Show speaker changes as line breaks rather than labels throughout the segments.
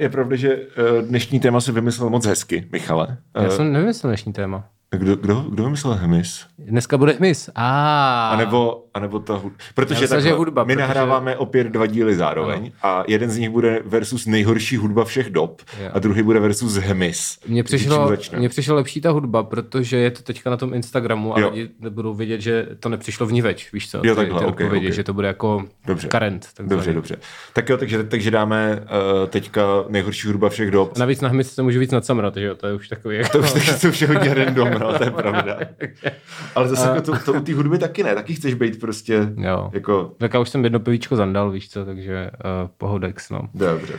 Je pravda, že eh, dnešní téma si vymyslel moc hezky, Michale. Eh,
Já jsem nevymyslel dnešní téma.
Kdo, kdo, kdo vymyslel Hemis?
Dneska bude hmyz. A
A nebo, a nebo ta hudba. Protože
Já myslím,
takhle,
že je hudba,
my
protože-
nahráváme opět dva díly zároveň a jeden z nich bude versus nejhorší hudba všech dob
Jo.
a druhý bude versus Hemis.
Mně
Čím
přišlo,
začneme?
mně přišlo lepší ta hudba, protože je to teďka na tom Instagramu a
Jo.
lidi budou vědět, že to nepřišlo v ní več, víš co?
Jo,
Ty-
takhle,
ty
ok,
odpovědi,
ok.
že to bude jako
Dobře.
current. takzvaný.
Dobře, dobře. Tak jo, takže, takže dáme uh, teďka nejhorší hudba všech dob.
A navíc na hmyz se můžu víc nacamrat, že jo? To je už takový jako...
To už taky to vše hodně random, no, to je pravda. Ale zase jako to, to u té hudby taky ne, taky chceš být prostě
Eh. Jo.
jako...
Tak já už jsem jedno pivíčko zandal, víš co, takže uh, pohodex, no.
Dobře.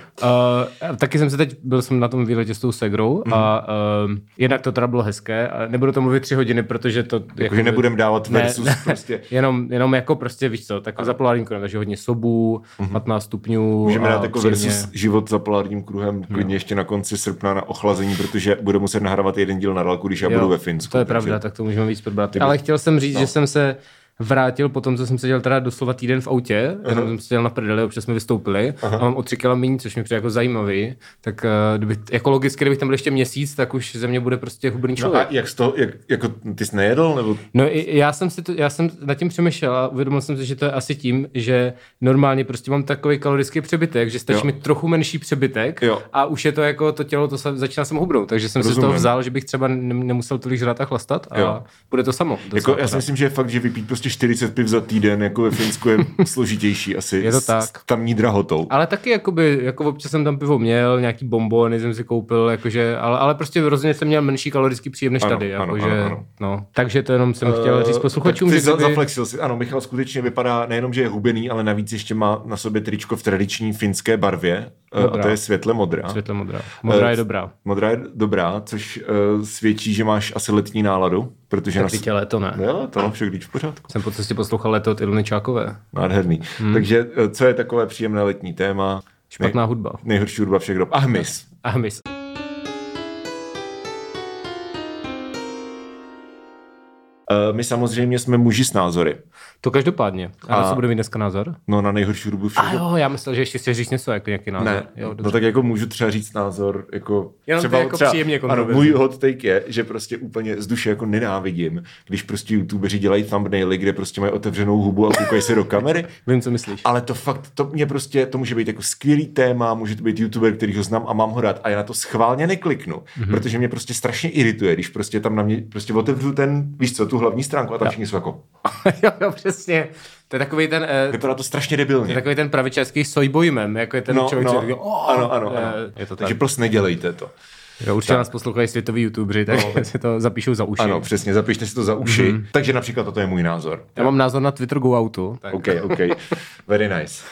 Uh, taky jsem se teď, byl jsem na tom výletě s tou segrou a
Mhm.
uh, jednak to teda bylo hezké, a nebudu to mluvit tři hodiny, protože to...
Jakože nebudem dávat versus prostě...
Jenom, jenom jako prostě, víš co, tak za polárním kruhem, takže hodně sobů, 15 stupňů.
Mhm. Můžeme
a
dát jako
příjemně. No.
versus život za polárním kruhem klidně ještě na konci srpna na ochlazení, protože budu muset nahrávat jeden díl na dálku, když já
Jo,
budu ve Finsku.
To je
takže- No.
pravda, tak to můžeme víc probrat. Ale chtěl jsem říct, že jsem se vrátil po tom, co jsem seděl teda doslova týden v autě, jenom jsem seděl na prdeli, občas jsme vystoupili a mám o tři kila méně, což mi přijde jako zajímavý. Tak eh, kdyby, jako logicky, kdybych tam byl ještě měsíc, tak už ze mě bude prostě hubený
No
člověk.
a jak z toho, jak, jako ty jsi nejedl, nebo
No i- i já jsem, si to, já jsem nad tím přemýšlel a uvědomil jsem si, že to je asi tím, že normálně prostě mám takový kalorický přebytek, že stačí
Jo.
mi trochu menší přebytek
Jo.
a už je to jako to tělo, to se, začíná se mu hubnout, takže jsem si z toho
Rozumím.
vzal, že bych třeba nem- nemusel tolik žrát a chlastat a
Jo.
bude to samo. docela
Jako, já si
pořád.
myslím, že fakt, že vypít prostě 40 piv za týden, jako ve Finsku, je složitější asi.
Je to
s-
tak.
S tamní drahotou.
Ale taky jakoby, jako občas jsem tam pivo měl, nějaký bombony jsem si koupil, jakože, ale, ale prostě rozhodně jsem měl menší kalorický příjem než
Ano,
tady.
ano,
Jakože,
ano, ano.
No. Takže to jenom jsem chtěl říct
Eh,
posluchačům,
tak ty
že
za,
kdyby-
zaflexil si. Ano, Michal skutečně vypadá nejenom, že je hubený, ale navíc ještě má na sobě tričko v tradiční finské barvě. eh, A
Modrá.
to je světle modrá.
Světle modrá. Modrá
Eh,
je dobrá.
Modrá je dobrá, což uh, svědčí, že máš asi letní náladu, protože
Tak teď ale to ne.
Jo, no, to mám všechno v pořádku.
Jsem po cestě poslouchal leto od Ilony Čákové.
Nádherný.
Hmm.
Takže eh, co je takové příjemné letní téma?
Špatná hudba.
Nej, nejhorší hudba všech dob. Ah, A hmyz.
A my s-
Eh, My samozřejmě jsme muži s názory.
To každopádně. A na
A-
co bude mít dneska názor?
No na nejhorší hudbu všech
A
dob.
jo, já myslel, že ještě chci říct něco, jako nějaký názor.
Ne,
Jo,
no
dobře.
tak jako můžu třeba říct názor, jako
Jenom to
třeba,
je jako
třeba
příjemně
ano,
kontroverzní.
můj hot take je, že prostě úplně z duše jako nenávidím, když prostě youtubeři dělají thumbnaily, kde prostě mají otevřenou hubu a koukají se do kamery,
Vím, co myslíš.
ale to fakt, to mě prostě, to může být jako skvělý téma, může to být youtuber, který ho znám a mám ho rád a já na to schválně nekliknu,
Mhm.
mm-hmm. protože mě prostě strašně irituje, když prostě tam na mě, prostě otevřu ten, víš co, tu hlavní stránku a tam všichni jsou jako,
jo, jo, přesně. To je takový ten, eh,
vypadá to strašně debilně.
takový ten pravičářský sojbojmem, jako je ten
No,
člověk,
no,
který říká, "Oh!"
ano, ano, ano.
Eh, Je to tak.
Takže plus nedělejte to.
Jo, určitě nás poslouchají světoví youtubeři, tak si to zapíšou za uši.
No. Ano, přesně, zapište si to za uši.
Mhm.
Mm-hmm. Takže například toto je můj názor.
Já mám názor na Twitter Go Outu. Tak.
OK, OK, very nice.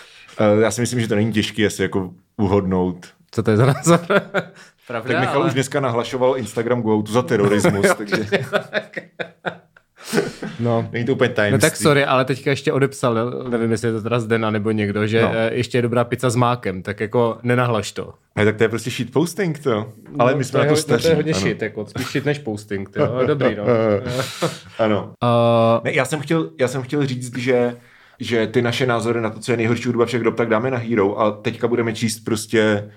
Uh, já si myslím, že to není těžké asi jako uhodnout.
Co to je za názor? Pravda,
Tak Michal
ale...
už dneska nahlašoval Instagram go outu za terorismus, takže
No.
není to úplně tajemství.
No tak sorry, ale teďka ještě odepsal, nevím, jestli je to teda Zdena nebo někdo, že
No.
no. ještě je dobrá pizza s mákem, tak jako nenahlaš to.
Ne, tak to je prostě shitposting
No,
to. Ale my jsme na No, to staří. ano.
jako spíš shit než posting, to dobrý, no.
ano.
Uh,
Ne, já jsem chtěl, já jsem chtěl říct, že že ty naše názory na to, co je nejhorší hudba všech dob, tak dáme na Hero a teďka budeme číst prostě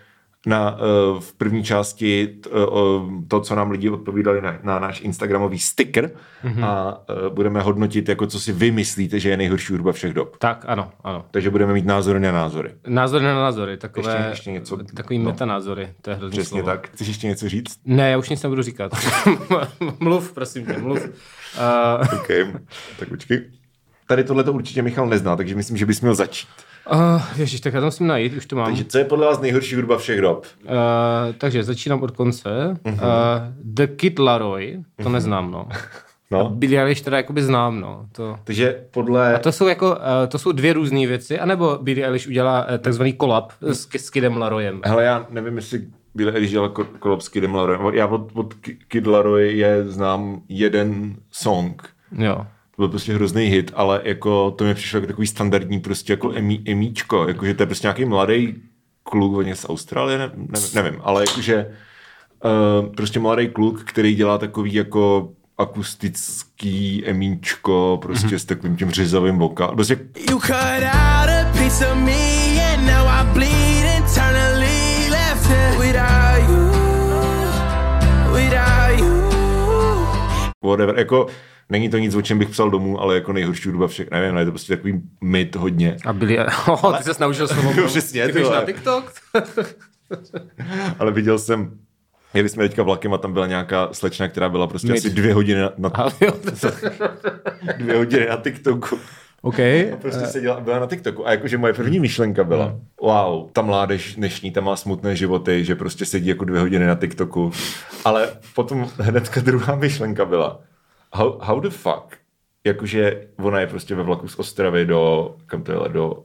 na, eh, v první části t, eh, o- to, co nám lidi odpovídali na, na náš Instagramový sticker mm-hmm. a eh, budeme hodnotit, jako co si vy myslíte, že je nejhorší hudba všech dob.
tak, ano, ano.
Takže budeme mít názory na názory.
Názory na názory, takové,
Ještě- ještě něco,
takový
no.
no. metanázory, to je hrozný
Přesně
slovo.
tak. Chceš ještě něco říct?
Ne, já už nic nebudu říkat. mluv, prosím tě, mluv. Uh,
OK, tak počkej. Tady tohle to určitě Michal nezná, takže myslím, že bys měl začít.
uh, ježiš, tak já to musím najít, už to mám.
Takže co je podle vás nejhorší hudba všech dob?
Uh, takže začínám od konce.
Mhm.
Uh, The Kid Laroi, to neznám, no.
No.
A Billie Eilish teda jakoby znám, no. To,
Takže podle...
a to jsou jako, uh, to jsou dvě různé věci, anebo Billie Eilish udělá uh, takzvaný kolab s, s Kidem Larojem.
Hele, já nevím, jestli byl když dělal Ko- Kolob s Kidem Laroy. Já od, od Ki- Kid Laroy je znám jeden song.
Jo.
To byl prostě hrozný hit, ale jako to mi přišlo jako takový standardní prostě jako emí, emíčko, jako že to je prostě nějaký mladý kluk, on je z Austrálie, ne, ne, nevím, ale jakože uh, prostě mladý kluk, který dělá takový jako akustický emíčko, prostě
Mhm.
mm-hmm. s takovým tím řezavým vokálem, prostě
You cut out a piece of me, and now I bleed internally. Left to
whatever, jako není to nic, o čem bych psal domů, ale jako nejhorší hudba všech, nevím, no, je to prostě takový myt hodně.
A byli, oh, ale... ty se naučil slovo.
Jo, přesně,
ty
ty
běž
vole.
na TikTok?
Ale viděl jsem, jeli jsme teďka vlakem a tam byla nějaká slečna, která byla prostě
Myt.
asi dvě hodiny na, na,
Ale jo, to se...
dvě hodiny na TikToku.
OK.
A prostě seděla, byla na TikToku. A jakože moje první myšlenka byla, wow, ta mládež dnešní, ta má smutné životy, že prostě sedí jako dvě hodiny na TikToku. Ale potom hnedka druhá myšlenka byla, how, how the fuck? Jakože ona je prostě ve vlaku z Ostravy do, kam to jela, do,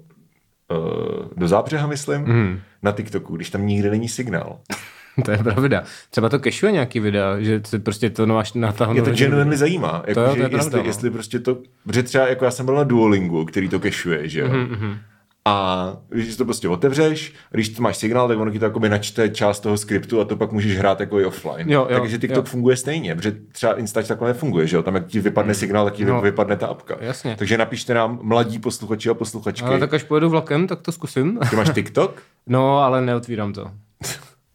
eh, do Zábřeha, myslím, mm. na TikToku, když tam nikde není signál.
To je pravda. Třeba to cashuje nějaký videa, že se prostě to máš natáhnout.
Mě to genuinely zajímá, jako,
jo, to
že
je pravda,
jestli,
no.
jestli prostě to, protože třeba jako já jsem byl na Duolingu, který to kešuje, že jo.
Mhm,
Mm-hmm. A když si to prostě otevřeš, když to máš signál, tak ono ti to jakoby načte část toho skriptu a to pak můžeš hrát jako i offline.
Jo, jo,
Takže TikTok
jo.
funguje stejně, protože třeba Instač takhle nefunguje, že jo. Tam jak ti vypadne signál, tak ti
No.
no. vypadne ta apka.
Jasně.
Takže napište nám mladí posluchači a posluchačky.
Ale tak až pojedu vlakem, tak to zkusím.
Ty máš TikTok?
No, ale neotvírám to.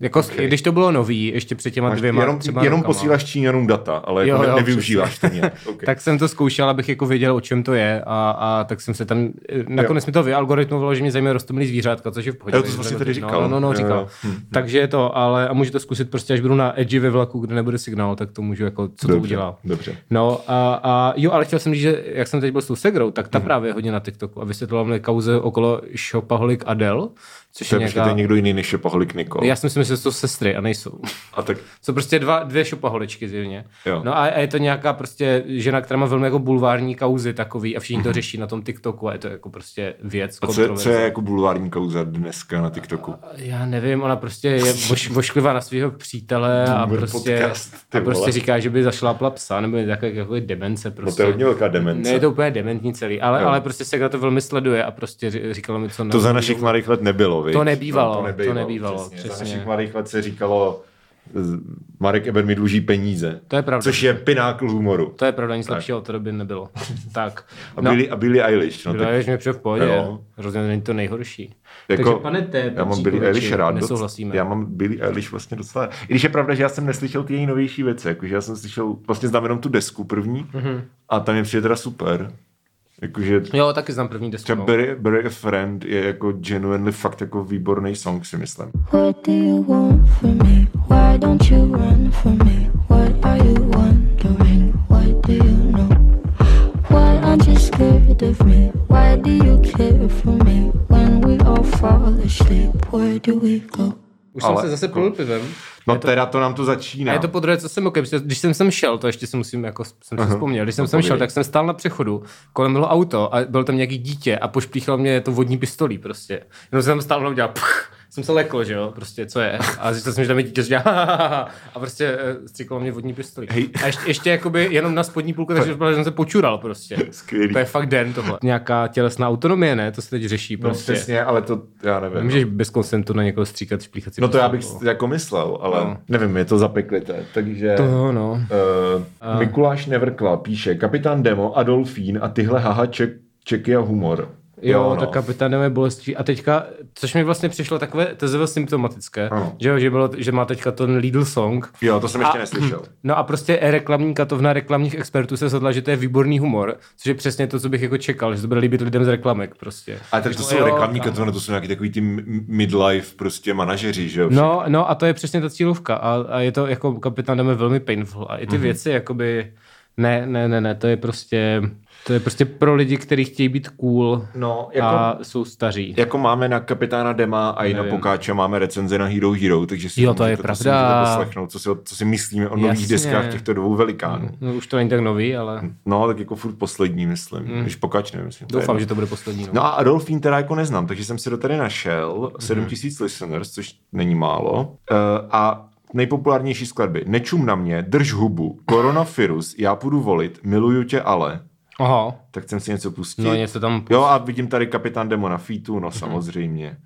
Jako, okay. když to bylo nový, ještě před těma
Máš,
dvěma
jenom,
třeba
jenom
rokama,
posíláš Číňanům data, ale jako
Jo,
ne,
jo,
nevyužíváš to nějak. Okay.
Tak jsem to zkoušel, abych jako věděl, o čem to je a, a tak jsem se tam, eh, nakonec mi to vyalgoritmovalo, že mě zajímají rostomilý zvířátka, což je v pohodě.
Jo, to
takže
jsi
jsem
prostě tady
to-
říkal.
No, no, no
Jo, Hm,
říkal.
jo.
Takže je to, ale a můžu to zkusit prostě, až budu na edži ve vlaku, kde nebude signál, tak to můžu jako, co to
Dobře,
udělá.
dobře.
No a, a jo, ale chtěl jsem říct, že jak jsem teď byl s tou Segrou, tak
Mhm.
ta právě je hodně na TikToku a vysvětlila mi kauze okolo Shopaholic Adele, což
to
je
je nějaká...
nějaká...
někdo jiný než je Paholik Nikol.
Já si myslím, že jsou to sestry a nejsou.
A tak
Jsou prostě dva, dvě šopaholičky zjevně.
Jo.
No a, a, je to nějaká prostě žena, která má velmi jako bulvární kauzy takový a všichni to řeší na tom TikToku a je to jako prostě věc.
Mhm. A co, je- co je jako bulvární kauza dneska na TikToku?
Já nevím, ona prostě je boš, bošklivá na svého přítele a
Boomer
prostě,
podcast, ty
a prostě
vole.
říká, že by zašlápla psa nebo je takové jako demence prostě.
No to je hodně velká demence.
Ne, je to úplně dementní celý, ale,
Jo.
ale prostě se to velmi sleduje a prostě ři- říkala mi, co
To za
ne-
našich mladých let nebylo, viď?
To nebývalo, to nebývalo, přesně.
Za našich mladých let se říkalo, z- Marek Eben mi dluží peníze.
To je pravda.
Což je pinákl humoru.
To je pravda, nic lepšího od té doby nebylo. tak.
A Billie, a Billie Eilish. No,
Byla
tak,
Eilish mi přijde v pohodě.
Jo.
Rozhodně není to nejhorší.
jako,
Takže pane T,
já mám Billie Eilish rád.
nesouhlasíme.
Doc, já mám Billie Eilish vlastně docela I když je pravda, že já jsem neslyšel ty její novější věci. Jakože já jsem slyšel, vlastně znám jenom tu desku první
Mhm.
mm-hmm. a tam je přijde teda super. Jakože
Jo, taky znám první desku.
Třeba
no.
Bury, Bury a Friend je jako genuinely fakt jako výborný song, si myslím.
What do you want from me? Why don't you run from me? What are you wondering? What do you know? Why aren't you scared of me? Why do you care for me? When we all fall asleep, where do we go?
Už
ale- jako-
jsem se zase plul pivem.
No to... teda to nám to začíná. No,
A je to po druhé, co jsem okay, když jsem sem šel, to ještě si musím, jako jsem si vzpomněl, když jsem sem
povídej.
šel, tak jsem stál na přechodu, kolem bylo auto a byl tam nějaký dítě a pošplíchal mě to vodní pistolí prostě. Jenom jsem tam stál a udělal pch, jsem se lekl, že jo, prostě, co je. A zjistil jsem, že tam je dítě, že dělá ha, ha, ha, ha, a prostě eh, stříkalo mě vodní pistolí.
Hej.
A ještě, ještě jakoby jenom na spodní půlku, takže vypadalo, že jsem se počural prostě.
Skvělý.
To je fakt den tohle. Nějaká tělesná autonomie, ne? To se teď řeší
no,
prostě.
přesně, ale to já nevím.
Nemůžeš bez konsentu na někoho stříkat šplíchací
No to já bych
pistolí.
jako myslel, ale no. nevím, je to zapeklité. Takže
To jo, no.
Uh, Mikuláš Nevrkla píše Kapitán Demo, Adolfín a tyhle haha ček, čeky a humor.
Jo, jo no. tak kapitánové bolesti. A teďka, což mi vlastně přišlo takové tezové symptomatické,
Ano.
že, jo, že, bylo, že má teďka ten Lidl song.
Jo, to jsem ještě
A-
neslyšel.
No a prostě reklamní katovna reklamních expertů se shodla, že to je výborný humor, což je přesně to, co bych jako čekal, že to bude líbit lidem z reklamek prostě.
A tak to
Jako,
jsou
jo,
reklamní
tam.
katvany, to jsou nějaký takový ty m- midlife prostě manažeři, že jo?
No, no a to je přesně ta cílovka a, a je to jako kapitán Deme velmi painful a i ty mm-hmm. věci jakoby, ne, ne, ne, ne, to je prostě, to je prostě pro lidi, kteří chtějí být cool
No,
jako... a jsou staří.
Jako máme na kapitána Dema a i na
Nevím.
Pokáče máme recenze na Hero Hero, takže si
Jo, to je
můžete, si
pravda.
můžete poslechnout, co si, o- co si myslíme o nových
Jasně.
deskách těchto dvou velikánů.
No, už to není tak nový, ale...
No, tak jako furt poslední, myslím. Mm. Když Pokáč nevím, myslím. to je
Hmm. Doufám,
jedno.
že to bude poslední. No.
No a Adolfín teda jako neznám, takže jsem si to tady
Mhm.
našel. 7000 listeners, což není málo. Uh, a nejpopulárnější skladby. Nečum na mě, drž hubu, koronavirus, já půjdu volit, miluju tě ale.
Aha,
Tak jsem si něco pustit.
no něco tam... Mhm.
Jo, a vidím tady kapitán Demo na featu, no samozřejmě.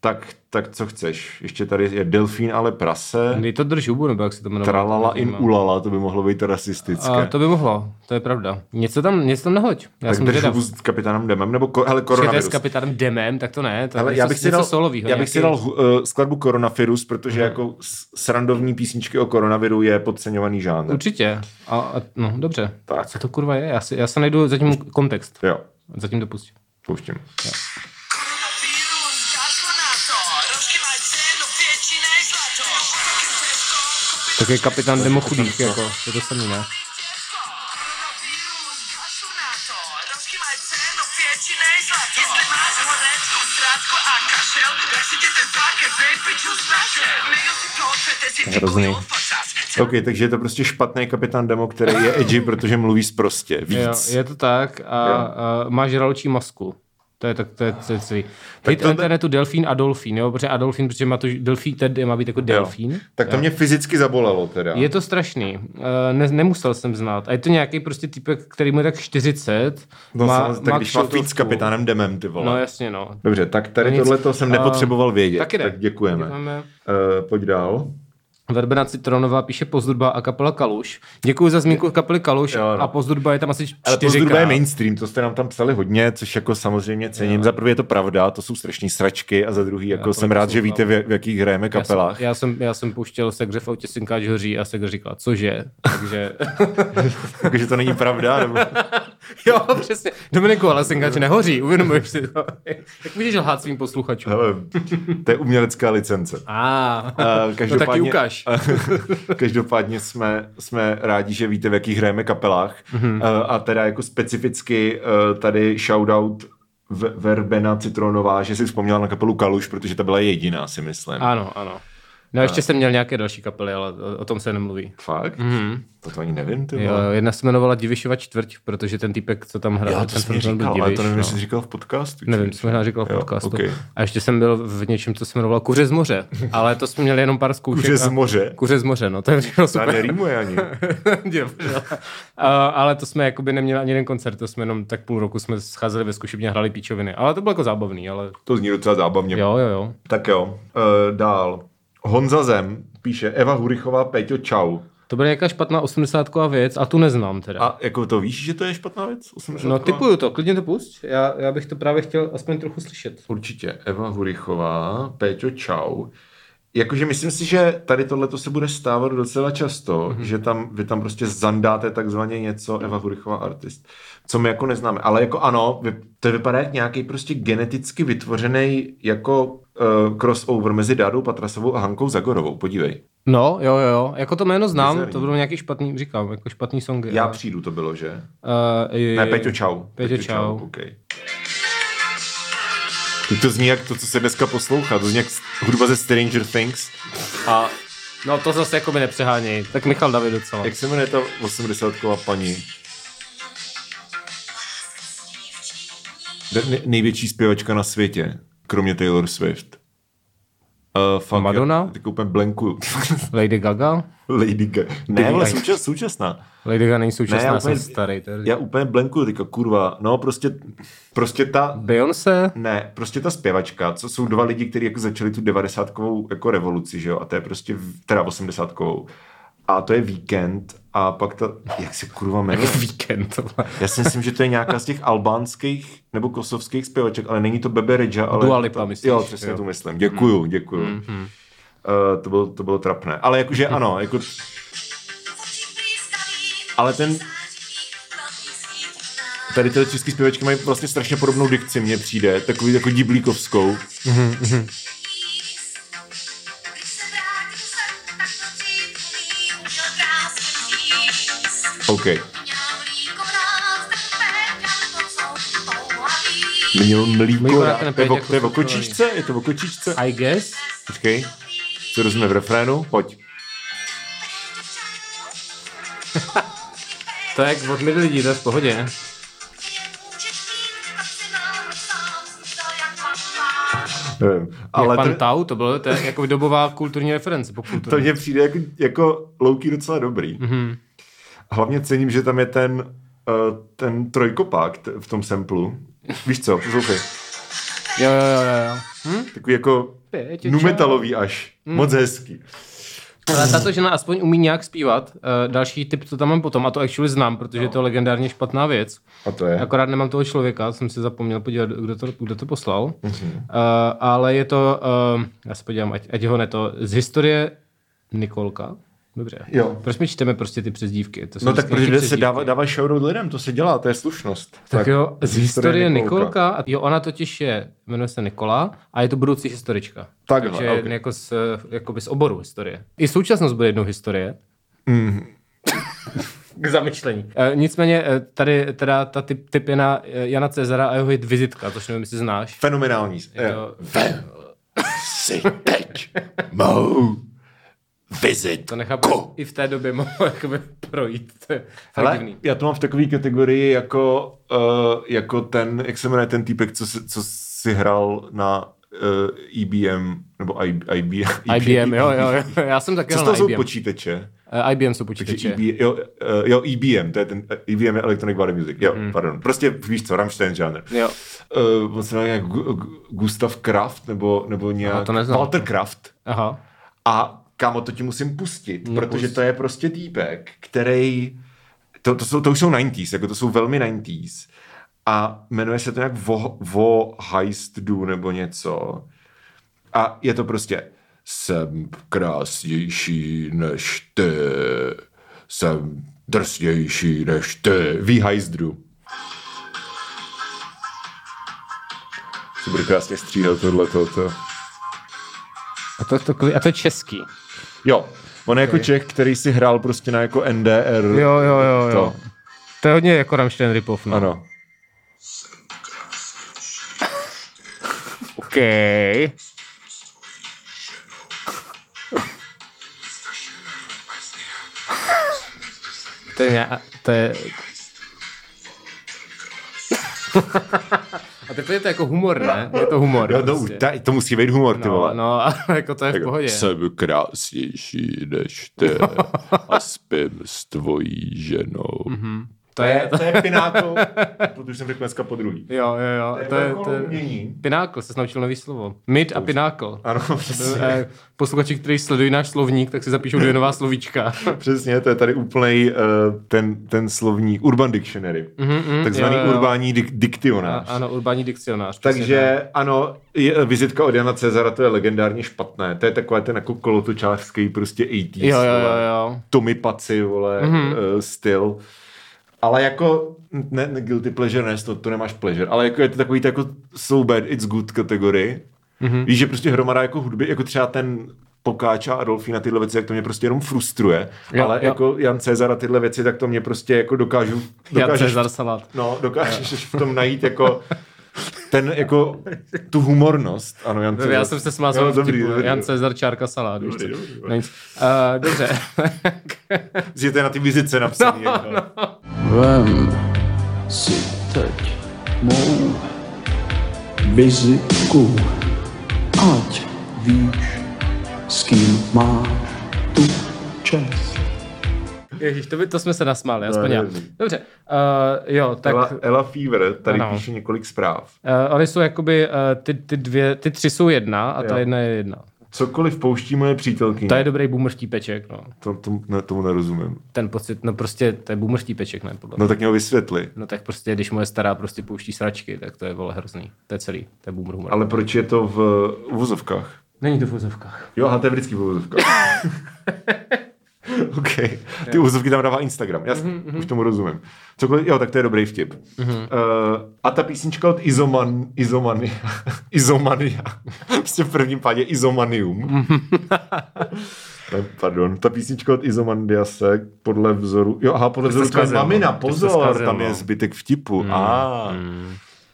tak, tak co chceš? Ještě tady je delfín, ale prase.
Dej to drž hubu, nebo jak se to jmenuje?
Tralala in ulala, to by mohlo být rasistické.
A to by mohlo, to je pravda. Něco tam, něco tam nahoď. Já
tak
jsem
drž
zvědav.
hubu s kapitánem Demem, nebo ko, hele,
Přijete
koronavirus.
s kapitánem Demem, tak to ne. To
Hele,
něco,
já bych si
něco
dal,
solovýho,
já bych
nějaký- Mhm.
si dal uh, skladbu Koronavirus, protože jako s- srandovní písničky o koronaviru je podceňovaný žánr.
Určitě. A, a, no, dobře.
Tak.
Co to kurva je? Já, si, já se najdu zatím kontext.
Jo,
Zatím dopustím.
pouštím.
Koronavírus, kašlu na to, rozkývaj cenu, větší než zlato. Fucking těžko, kopí
Tak je kapitán Demo chudých, jako. Je to samý, ne?
těžko. Koronavírus, kašlu na to, rozkývaj cenu, větší než zlato. Jestli máš horečku, zrádku a kašel, tak si jděte také vejpiču snažil. Nejo si kouře, dezinfikujou facas.
OK, takže je to prostě špatný kapitán Demo, který je edgy, protože mluví prostě
Jo,
víc.
je to tak a, a má žraločí masku. To je tak, to je, to je celý. Hit
tohle-
internetu Delfín a Dolfín, jo, protože a Dolfín, protože má to, Delfín, tedy má být jako Delfín.
Jo. Tak to mě fyzicky zabolelo teda.
Je to strašný. Eh, Ne, nemusel jsem znát. A je to nějaký prostě typek, který mu je tak 40.
No, má, tak když má
kšiltovku.
feed s kapitánem Demem, ty vole.
No jasně, no.
Dobře, tak tady
No
no
nic.
tohle jsem
A-
nepotřeboval vědět.
taky ne.
Tak děkujeme.
Děkujeme.
Uh, pojď dál.
Verbena Citronová píše Pozdruba a kapela Kaluš. Děkuji za zmínku kapely Kaluš
Jo, no.
a Pozdruba je tam asi
Ale pozdruba
čtyřikrát.
je mainstream, to jste nám tam psali hodně, což jako samozřejmě cením. Za prvé je to pravda, to jsou strašný sračky a za druhý jako jsem rád, že víte, v, v jakých hrajeme kapelách.
Já jsem, já jsem pouštěl Segře v autě Synkáč hoří a Segře říkala, cože? Takže...
Takže Jako, to není pravda, nebo...
jo, přesně. Dominiku, ale Synkáč nehoří, uvědomuješ si to. Jak můžeš lhát svým posluchačům?
Hele, to je umělecká licence.
A,
Eh,
no tak ji ukáž.
každopádně jsme, jsme rádi, že víte, v jakých hrajeme kapelách.
Mhm.
Mm-hmm. A teda jako specificky eh, tady shoutout V- Verbena Citronová, že si vzpomněla na kapelu Kaluš, protože ta byla jediná, si myslím.
Ano, ano. No ještě jsem měl nějaké další kapely, ale o, o tom se nemluví.
Fakt? Mm-hmm. To, to ani nevím, ty
Mhm. Jo,
vole.
jo, jedna se jmenovala Divišova čtvrť, protože ten typek, co tam hrál,
Jo, to
ten
jsi mi
frontman byl
říkal, ale to
Diviš,
nevím,
no.
jestli jsi říkal v podcastu. či-
Nevím, co možná říkal v
Jo,
podcastu.
okej.
A ještě jsem byl v něčem, co se jmenovalo Kuře z moře, ale to jsme měli jenom pár zkoušek.
Kuře z
a-
moře?
Kuře z moře, no, to je všechno
Ta
super.
nerýmuje ani.
Děl, a, ale to jsme jakoby neměli ani jeden koncert, to jsme jenom tak půl roku jsme scházeli ve zkušebně a hráli píčoviny. Ale to bylo jako zábavný, ale
To zní docela zábavně.
jo, jo, jo.
Tak jo, uh, dál. Honza Zem píše Eva Hurichová, Peťo, čau.
To byla nějaká špatná osmdesátková věc a tu neznám teda.
A jako to víš, že to je špatná věc? 80?
No typuju to, klidně to pust. Já, já bych to právě chtěl aspoň trochu slyšet.
Určitě. Eva Hurichová, Péťo Čau. Jakože myslím si, že tady tohle se bude stávat docela často, mm-hmm. že tam, vy tam prostě zandáte takzvaně něco Eva Hurichová artist, co my jako neznáme. Ale jako ano, vy, to vypadá jak nějaký prostě geneticky vytvořený jako uh, crossover mezi Dádou Patrasovou a Hankou Zagorovou. Podívej.
No, jo, jo, jo. Jako to jméno znám,
Bizarní.
to budou nějaký špatný, říkám, jako špatný songy.
Já
ale-
přijdu, to bylo, že?
Uh, je,
Ne, Peťo Čau.
Peťo Čau.
Okay. Teď to zní jak to, co se dneska poslouchá. To zní jak hudba ze Stranger Things.
A, no to zase jako by nepřeháněj. Tak Michal David docela.
Jak se jmenuje ta 80 paní? De- ne- největší zpěvačka na světě, kromě Taylor Swift. Uh, fuck,
Madonna?
Já, teď úplně blenku.
Lady Gaga?
Lady Gaga. Ne,
Lady
ale
Gaga.
součas, současná.
Lady Gaga není
Ne,
současná,
já
ne, jsem
úplně,
starý. To je...
já úplně blenku, teďka, kurva. No, prostě, prostě ta,
Beyoncé?
Ne, prostě ta zpěvačka, co jsou dva lidi, kteří jako začali tu devadesátkovou jako revoluci, že jo, a to je prostě, v- teda osmdesátkovou. A to je víkend a pak ta, jak se kurva jmenuje?
Víkend.
Já si myslím, že to je nějaká z těch albánských nebo kosovských zpěvaček, ale není to Bebe Reja, ale...
Dua Lipa, myslíš,
Jo, přesně
jo. Mm.
to myslím. Děkuju, děkuju. Mm-hmm. Uh, to, bylo, to bylo trapné. Ale jakože ano, jako... Ale ten, tady tyhle české zpěvačky mají vlastně strašně podobnou dikci, mně přijde, takový jako diblíkovskou. OK. Mělo mlíko,
Mlíko
rád.
rád
to je,
nepojede
o,
jako
to je o
cukrový.
kočičce? Je to o kočičce?
I guess?
Počkej, co rozumíme v refrénu? Pojď.
To je jak od mili lidí, to je v pohodě.
Nevím.
Ale
Eh, Ale
pan
to,
to... Tau, to bylo to je jako dobová kulturní reference.
to
Pokulturní.
mně přijde jako, jako louký docela dobrý.
Mhm.
Mm-hmm. Hlavně cením, že tam je ten, eh, ten trojkopák t- v tom samplu. Víš co, poslouchej.
Pěkně
Jo, jo, jo, jo, jo.
Takový jako
Pěti,
numetalový až.
Mhm.
Moc hezký.
Ale tato žena aspoň umí nějak zpívat. Eh, další tip, co tam mám potom, a to actually znám, protože je to legendárně špatná věc.
A to je?
Akorát nemám toho člověka, jsem si zapomněl podívat, kdo to, kdo to poslal.
Mhm.
Uh, ale je to, uh, já se podívám, ať, ať ho ne to, z historie Nikolka. Dobře.
Jo.
Proč my čteme prostě ty přezdívky? To jsou
No tak
vždycky
protože
nějaký
se
přezdívky.
dává, dává showroad lidem, to se dělá, to je slušnost.
Tak, jo, z historie Nikolka. A Jo, ona totiž je, jmenuje se Nikola a je to budoucí historička.
Takhle,
Takže
ok.
jako z, jakoby z oboru historie. I současnost bude jednou historie. Mhm. Mm. K zamyšlení. E, nicméně e, tady teda ta typ, typ je na e, Jana Cezara a jeho hit Vizitka, což nevím, jestli znáš.
Fenomenální.
Je to,
Si teď mou vizit.
to nechápu, i v té době mohlo jakoby projít. To je fakt
Ale
divný.
já to mám v takové kategorii jako, uh, jako ten, jak se jmenuje ten týpek, co, si- co si hrál na uh, IBM, nebo I, IB,
IBM, jo, jo, jo. Já jsem taky
Co
hrál
to
na
jsou
IBM.
počítače?
E, IBM jsou
Takže
počítače.
EB, jo, eh, jo, EBM, to je ten, eh, EBM je Electronic Body Music, jo, hmm. pardon. Prostě víš co, Rammstein žánr.
Mhm. Jo.
Uh, on se jmenuje nějak Gu- Gu- Gustav Kraft, no nebo, nebo nějak
Aha, to neznám.
Walter Kraft.
Aha.
A kámo, to ti musím pustit,
No,
protože
pust.
to je prostě týpek, který, to, to, jsou, to už jsou 90s, jako to jsou velmi 90s. A jmenuje se to nějak Vo, vo Heist Du nebo něco. A je to prostě jsem krásnější než ty, jsem drsnější než ty. Ví Heist Du. Se bude krásně stříhat tohleto. To.
A to, to, a to je český.
Jo, on je jako Čech, který si hrál prostě na jako NDR.
Jo, jo, jo,
To.
jo. To je hodně jako Rammstein Ripov, no.
Ano.
OK. To je, nějak- to je... A teprve je to jako humor, ne? Je to humor.
Jo, no,
prostě.
ta, to musí být humor, ty
no,
vole.
no, ale jako to je v pohodě.
Jsem krásnější než ty a spím s tvojí ženou.
Mhm. To je,
to je pináko, protože jsem řekl dneska po druhý.
jo, jo, jo. To je, jako to je,
umění.
pinákl, se naučil nový slovo. Mid a pinákl.
Ano, přesně.
Eh, Posluchači, kteří sledují náš slovník, tak si zapíšou dvě nová slovíčka.
Přesně, to je tady úplnej eh, ten, ten slovník Urban Dictionary. Takzvaný
Mhm, jo, jo.
urbání dik-
A,
diktionář.
ano, urbání dikcionář. přesně
Takže ano, je, eh, vizitka od Jana Cezara, to je legendárně špatné. To je takové ten jako kolotočářský prostě 80s,
tak. Jo, jo, jo, Mhm.
vole.
jo.
Tommy Paci, vole, mm-hmm. uh, styl. Ale jako, ne, ne guilty pleasure, ne, to, to nemáš pleasure, ale jako je to takový to jako so bad, it's good kategorii.
Mhm.
Mm-hmm. Víš, že prostě hromada jako hudby, jako třeba ten Pokáč a Adolfína tyhle věci, jak to mě prostě jenom frustruje.
Jo,
ale
jo.
jako Jan Cezar a tyhle věci, tak to mě prostě jako dokážu,
Já
dokážeš
Cezar salát.
No, dokážeš v tom najít jako ten, jako tu humornost. Ano, Jan Cezar.
Já jsem se smázal
vlastně? Jo,
no,
dobrý,
dobrý,
dobrý,
Jan
dobrý.
Cezar Čárka salát. Dobrý,
Dobrý,
dobrý,
dobrý,
dobrý. Uh, dobře.
Že to je na ty vizitce napsaný. No, no.
Vem si teď mou vizitku, ať víš, s kým máš tu čest.
Ježíš, to, by, to jsme se nasmáli, aspoň
No,
já.
dobrý.
Dobře, uh, jo, tak...
Ela, Ela Fever tady ano.
Ano.
píše několik zpráv.
Uh, oni jsou jakoby, uh, ty, ty, dvě, ty tři jsou jedna a ta
Jo.
jedna je jedna.
Cokoliv pouští moje přítelkyně.
To je dobrý boomer štípeček, no.
To, to, ne, tomu nerozumím.
Ten pocit, no prostě, to je boomer štípeček, ne, podle mě.
No tak mě ho vysvětli.
No tak prostě, když moje stará prostě pouští sračky, tak to je vole hrozný. To je celý, to je boomer humor.
Ale proč je to v vozovkách?
Není to v vozovkách.
Jo, aha, to je vždycky v vozovkách. OK. Ty úzovky tam dává Instagram. Jasně,
Mhm,
už tomu rozumím. Cokoliv, jo, tak to je dobrý vtip. Uh, a ta písnička od Izoman, Izomania. Izomania. prostě v prvním pádě Izomanium. Ne, Pardon, ta písnička od Izomandiase podle vzoru, jo aha, podle
jsi to
vzoru tvé
zkazil,
mamina,
no. Ty jsi to
pozor,
zkazil,
tam je
no.
zbytek vtipu. Mm, ah,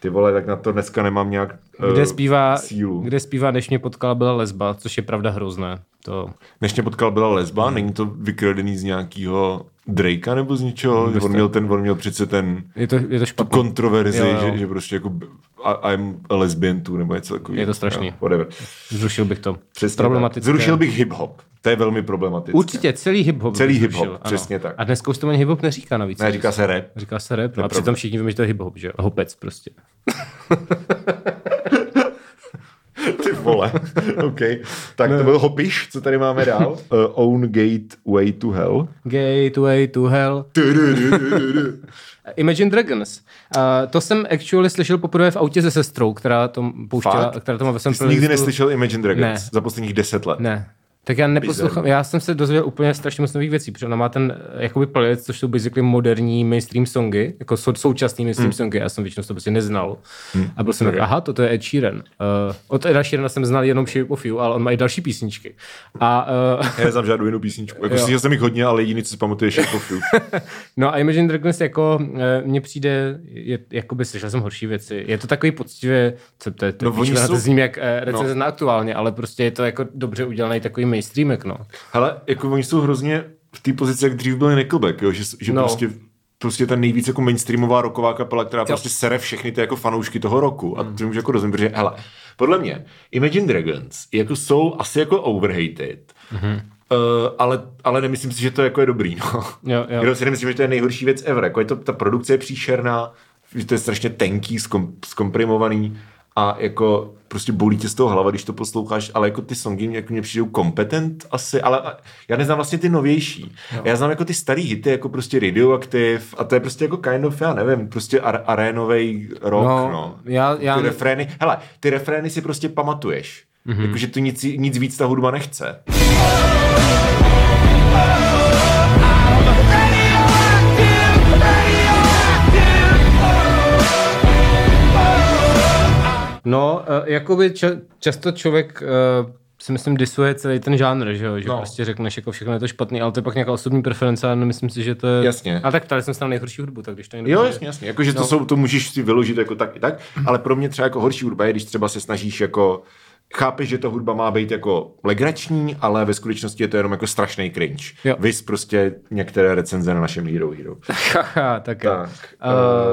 Ty vole, tak na to dneska nemám nějak eh,
Kde zpívá,
sílu.
kde zpívá, než mě potkala byla lesba, což je pravda hrozné. To
Než mě potkal byla lesba,
Mhm.
není to vykradený z nějakého Drakea nebo z něčeho? On měl, ten, on měl přece ten
je, to, je to špatné.
kontroverzi,
Jo, jo.
Že, že, prostě jako b- I- I'm a lesbian too, nebo něco takového.
Je to strašný.
Jo, whatever.
Zrušil bych to.
Přesně tak.
Problematické.
Zrušil bych hip-hop. To je velmi problematické.
Určitě, celý hip-hop. bych
Celý hip-hop,
zrušil, ano.
přesně tak.
A dneska už to ani hip-hop neříká navíc.
Ne, říká se rap.
Říká se rap, no a přitom všichni víme, že to je hip-hop, že? jo? Hopec prostě.
vole. OK. Tak to byl Hopiš, co tady máme dál? Uh,
Eh,
own Gate Way to Hell.
Gateway to hell. Imagine Dragons. Uh, to jsem actually slyšel poprvé v autě se sestrou, která to pouštěla,
Fakt?
která to má ve svém
Jsi nikdy
playlistu.
neslyšel Imagine Dragons
Ne.
za posledních deset let.
Ne. Tak já neposlouchám, já jsem se dozvěděl úplně strašně moc nových věcí, protože ona má ten eh, jakoby playlist, což jsou basically moderní mainstream songy, jako sou, současný mainstream
Hmm.
songy, já jsem většinou to prostě neznal. A byl jsem okay. aha, toto je Ed Sheeran. Uh, od Eda Sheerana jsem znal jenom Shape of You, ale on má i další písničky. A uh,
Já neznám žádnou jinou písničku. Jako
Jo.
slyšel jsem jich hodně, ale jediný, co si pamatuju, je Shape of You.
No a Imagine Dragons jako eh, mně přijde, je, jakoby slyšel jsem horší věci. Je to takový poctivě, co to je, to,
No,
no,
oni jsou-
jsou... zním jak eh, recenze no. na aktuálně, ale prostě je to jako dobře udělaný takový mainstreamek, no.
Hele, jako oni jsou hrozně v té pozici, jak dřív byl Nickelback, jo? že, že no.
No.
prostě prostě ta nejvíc jako mainstreamová roková kapela, která jo. prostě sere všechny ty jako fanoušky toho roku. A
Hmm.
to můžu jako rozumět, protože hele, podle mě Imagine Dragons jako jsou asi jako overhated,
Mhm.
mm-hmm. uh, ale, ale nemyslím si, že to jako je dobrý. No.
Jo, jo.
Jenom si nemyslím, že to je nejhorší věc ever. Jako je to, ta produkce je příšerná, že to je strašně tenký, skom, zkomprimovaný a jako prostě bolí tě z toho hlava, když to posloucháš, ale jako ty songy mě- jako mě přijdou kompetent asi, ale a- já neznám vlastně ty novější. Jo. Já znám jako ty starý hity, jako prostě Radioactive a to je prostě jako kind of, já nevím, prostě ar- arénovej rock, no.
No,
no.
já- já-
Ty refrény, hele, ty refrény si prostě pamatuješ. Mm-hmm.
Mhm.
Jakože tu nic, nic víc ta hudba nechce.
No, eh, jakoby ča- často člověk eh, si myslím, disuje celý ten žánr, že jo? Že no. prostě řekneš, jako všechno je to špatný, ale to je pak nějaká osobní preference a nemyslím si, že to je...
Jasně.
A tak tady jsem se na nejhorší hudbu, tak když to někdo
Jo,
může-
jasně, jasně. Jako, že to, no. jsou, to můžeš si vyložit jako tak i tak, ale pro mě třeba jako horší hudba je, když třeba se snažíš jako chápeš, že ta hudba má být jako legrační, ale ve skutečnosti je to jenom jako strašný cringe.
Jo.
Vys prostě některé recenze na našem Hero Hero.
Haha, tak, jo.
Tak,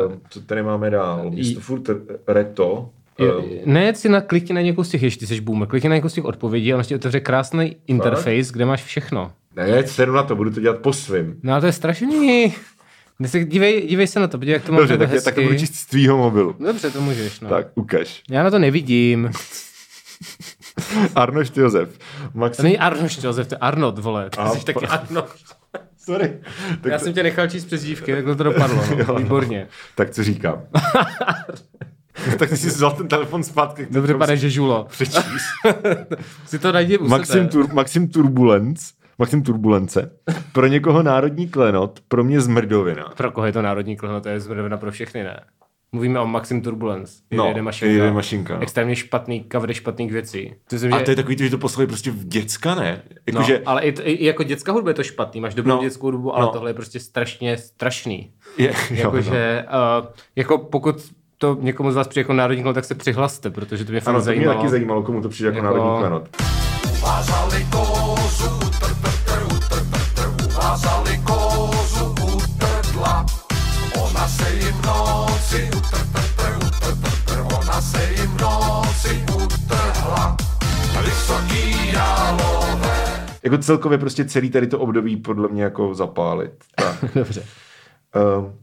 uh, co tady máme dál? Místo furt reto. Eh,
Jo,
Jo,
ne, si na, klikni na nějakou z těch, ještě jsi boomer, klikni na nějakou z těch odpovědí a on ti otevře krásný interface, kde máš všechno.
ne, seru na to, budu to dělat po svým.
No ale to je strašný. Ne, se- Dívej, dívej se na to, podívej, jak to mám
Dobře,
Dobře,
tak, já- tak to budu číst z tvýho mobilu.
Dobře, to můžeš, no.
Tak, ukaž.
Já na to nevidím.
Arnošt Josef. Max...
To není Arnošt Josef, to je Arnold, vole. Ty
Aha,
jsi taky
pardon.
Arnold.
Sorry. Tak,
Já
to-
jsem tě nechal číst přes dívky, takhle to dopadlo, no. Výborně.
tak co říkám? tak ty jsi vzal ten telefon zpátky.
Dobře,
Teď-
pane Žežulo.
přečíst.
Si to najdi u
Maxim,
sebe.
Tur- Maxim Turbulence. Maxim Turbulence. Pro někoho národní klenot, pro mě zmrdovina.
Pro koho je to národní kleno, to je zrovna pro všechny, ne? Mluvíme o Maxim Turbulence.
No,
Jede mašinka.
jede mašinka, no.
Extrémně špatný cover špatných věcí. To jsem,
A to je takový, to, že to poslali prostě v děcka, ne? Jako,
No,
že
ale i, t- i jako dětská hudba je to špatný, máš dobrou
No,
no, dětskou hudbu, ale
no.
no. tohle je prostě strašně strašný.
je, jo, no.
Jakože, uh, jako pokud to někomu z vás přijde jako národní klon, tak se přihlaste, protože to mě fakt
Ano, to mě
zajímalo.
taky zajímalo, komu to přijde jako,
Jako-
národní klenot. Jako celkově prostě celý tady to období podle mě jako zapálit. Tak.
Dobře.
Ehm,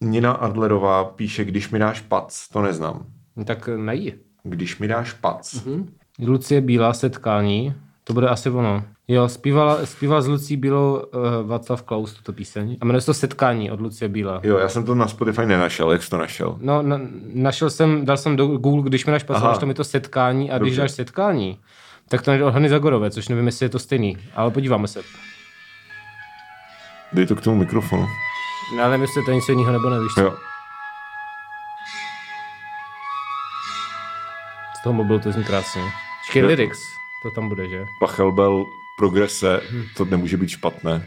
Nina Adlerová píše, když mi dáš pac, to neznám.
No, tak eh, nají.
Když mi dáš pac. Mm-hmm.
Lucie Bílá setkání, to bude asi ono. Jo, zpívala, zpíval s Lucí Bílou uh, Václav Klaus tuto píseň. A jmenuje se to Setkání od Lucie Bílá.
Jo, já jsem to na Spotify nenašel, jak jsi to našel?
No, na, našel jsem, dal jsem do Google, když mi dáš
Aha.
pasáž, tam je to setkání a když
Dobře.
dáš setkání, tak to nejde od Hany Zagorové, což nevím, jestli je to stejný, ale podíváme se.
Dej to k tomu mikrofonu.
Já nevím, jestli je to něco jiného nebo nevíš.
Jo.
Z toho mobilu to zní krásně. Čekej,
Jo.
lyrics, to tam bude, že?
Pachelbel, progrese, to nemůže být špatné.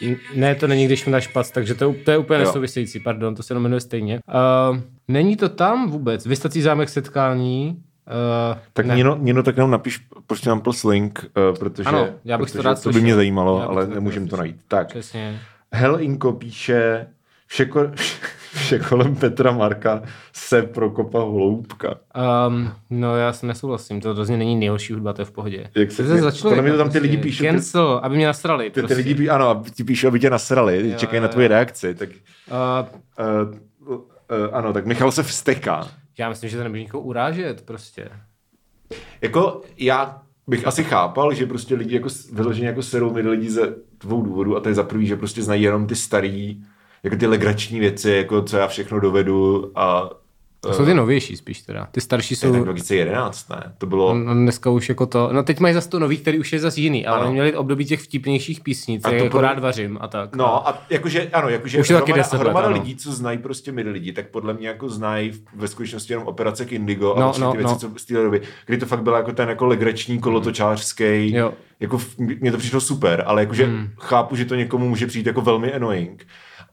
I- Ne, to není, když mi dáš pac, takže to, je up- to je úplně
Jo.
nesouvisející, pardon, to se jmenuje stejně. Uh, není to tam vůbec, vystací zámek setkání, Uh,
Tak
ne.
Nino, Nino, tak nám napiš, pošli nám plus link, uh, protože,
Ano, já bych
protože
to rád
to by
slyšel.
mě
Já
zajímalo,
bych
ale
to rád
nemůžem to
slyšel.
najít. Tak,
Přesně.
Hel Inko píše, vše, ko- vše kolem Petra Marka se Prokopa Holoubka.
Um, no já s nesouhlasím, to rozhodně není nejhorší hudba, to je v pohodě.
Jak se-
to je za
jak- podle
člověka,
mě to tam ty lidi
prostě.
píšou, ty-
Cancel, aby mě nasrali. prostě.
Ty, ty lidi pí, ano, aby ti píšou, aby tě nasrali, jo, čekají na tvoji reakci. Tak,
Uh,
uh, uh, ano, tak Michal se vsteká. Eh.
já myslím, že to nemůže nikoho urážet prostě.
Jako já bych asi chápal, že prostě lidi jako s- vyloženě jako serou mi lidi ze dvou důvodů a to je za prvý, že prostě znají jenom ty starý, jako ty legrační věci, jako co já všechno dovedu a
To jsou ty novější spíš teda. Ty starší
to je tak
jsou
2011, ne? To bylo...
No, dneska už jako to, no teď mají zase to nový, který už je zase jiný, ale
Ano.
ano. měli období těch vtipnějších písnic,
A
a
to
to jako
podle-
rád vařím a tak.
No a jakože, ano, jakože
Už je taky
hromada,
10 let,
hromada
ano.
lidí, co znají prostě midi lidi, tak podle mě jako znají v- ve skutečnosti jenom operace k Indigo a
No,
vlastně
no,
ty věci,
no. Hmm.
co z té doby, kdy to fakt bylo jako ten jako legrační kolotočářský,
Jo. Hmm.
jako v- mně to přišlo super, ale jakože chápu, že to někomu může přijít jako velmi annoying.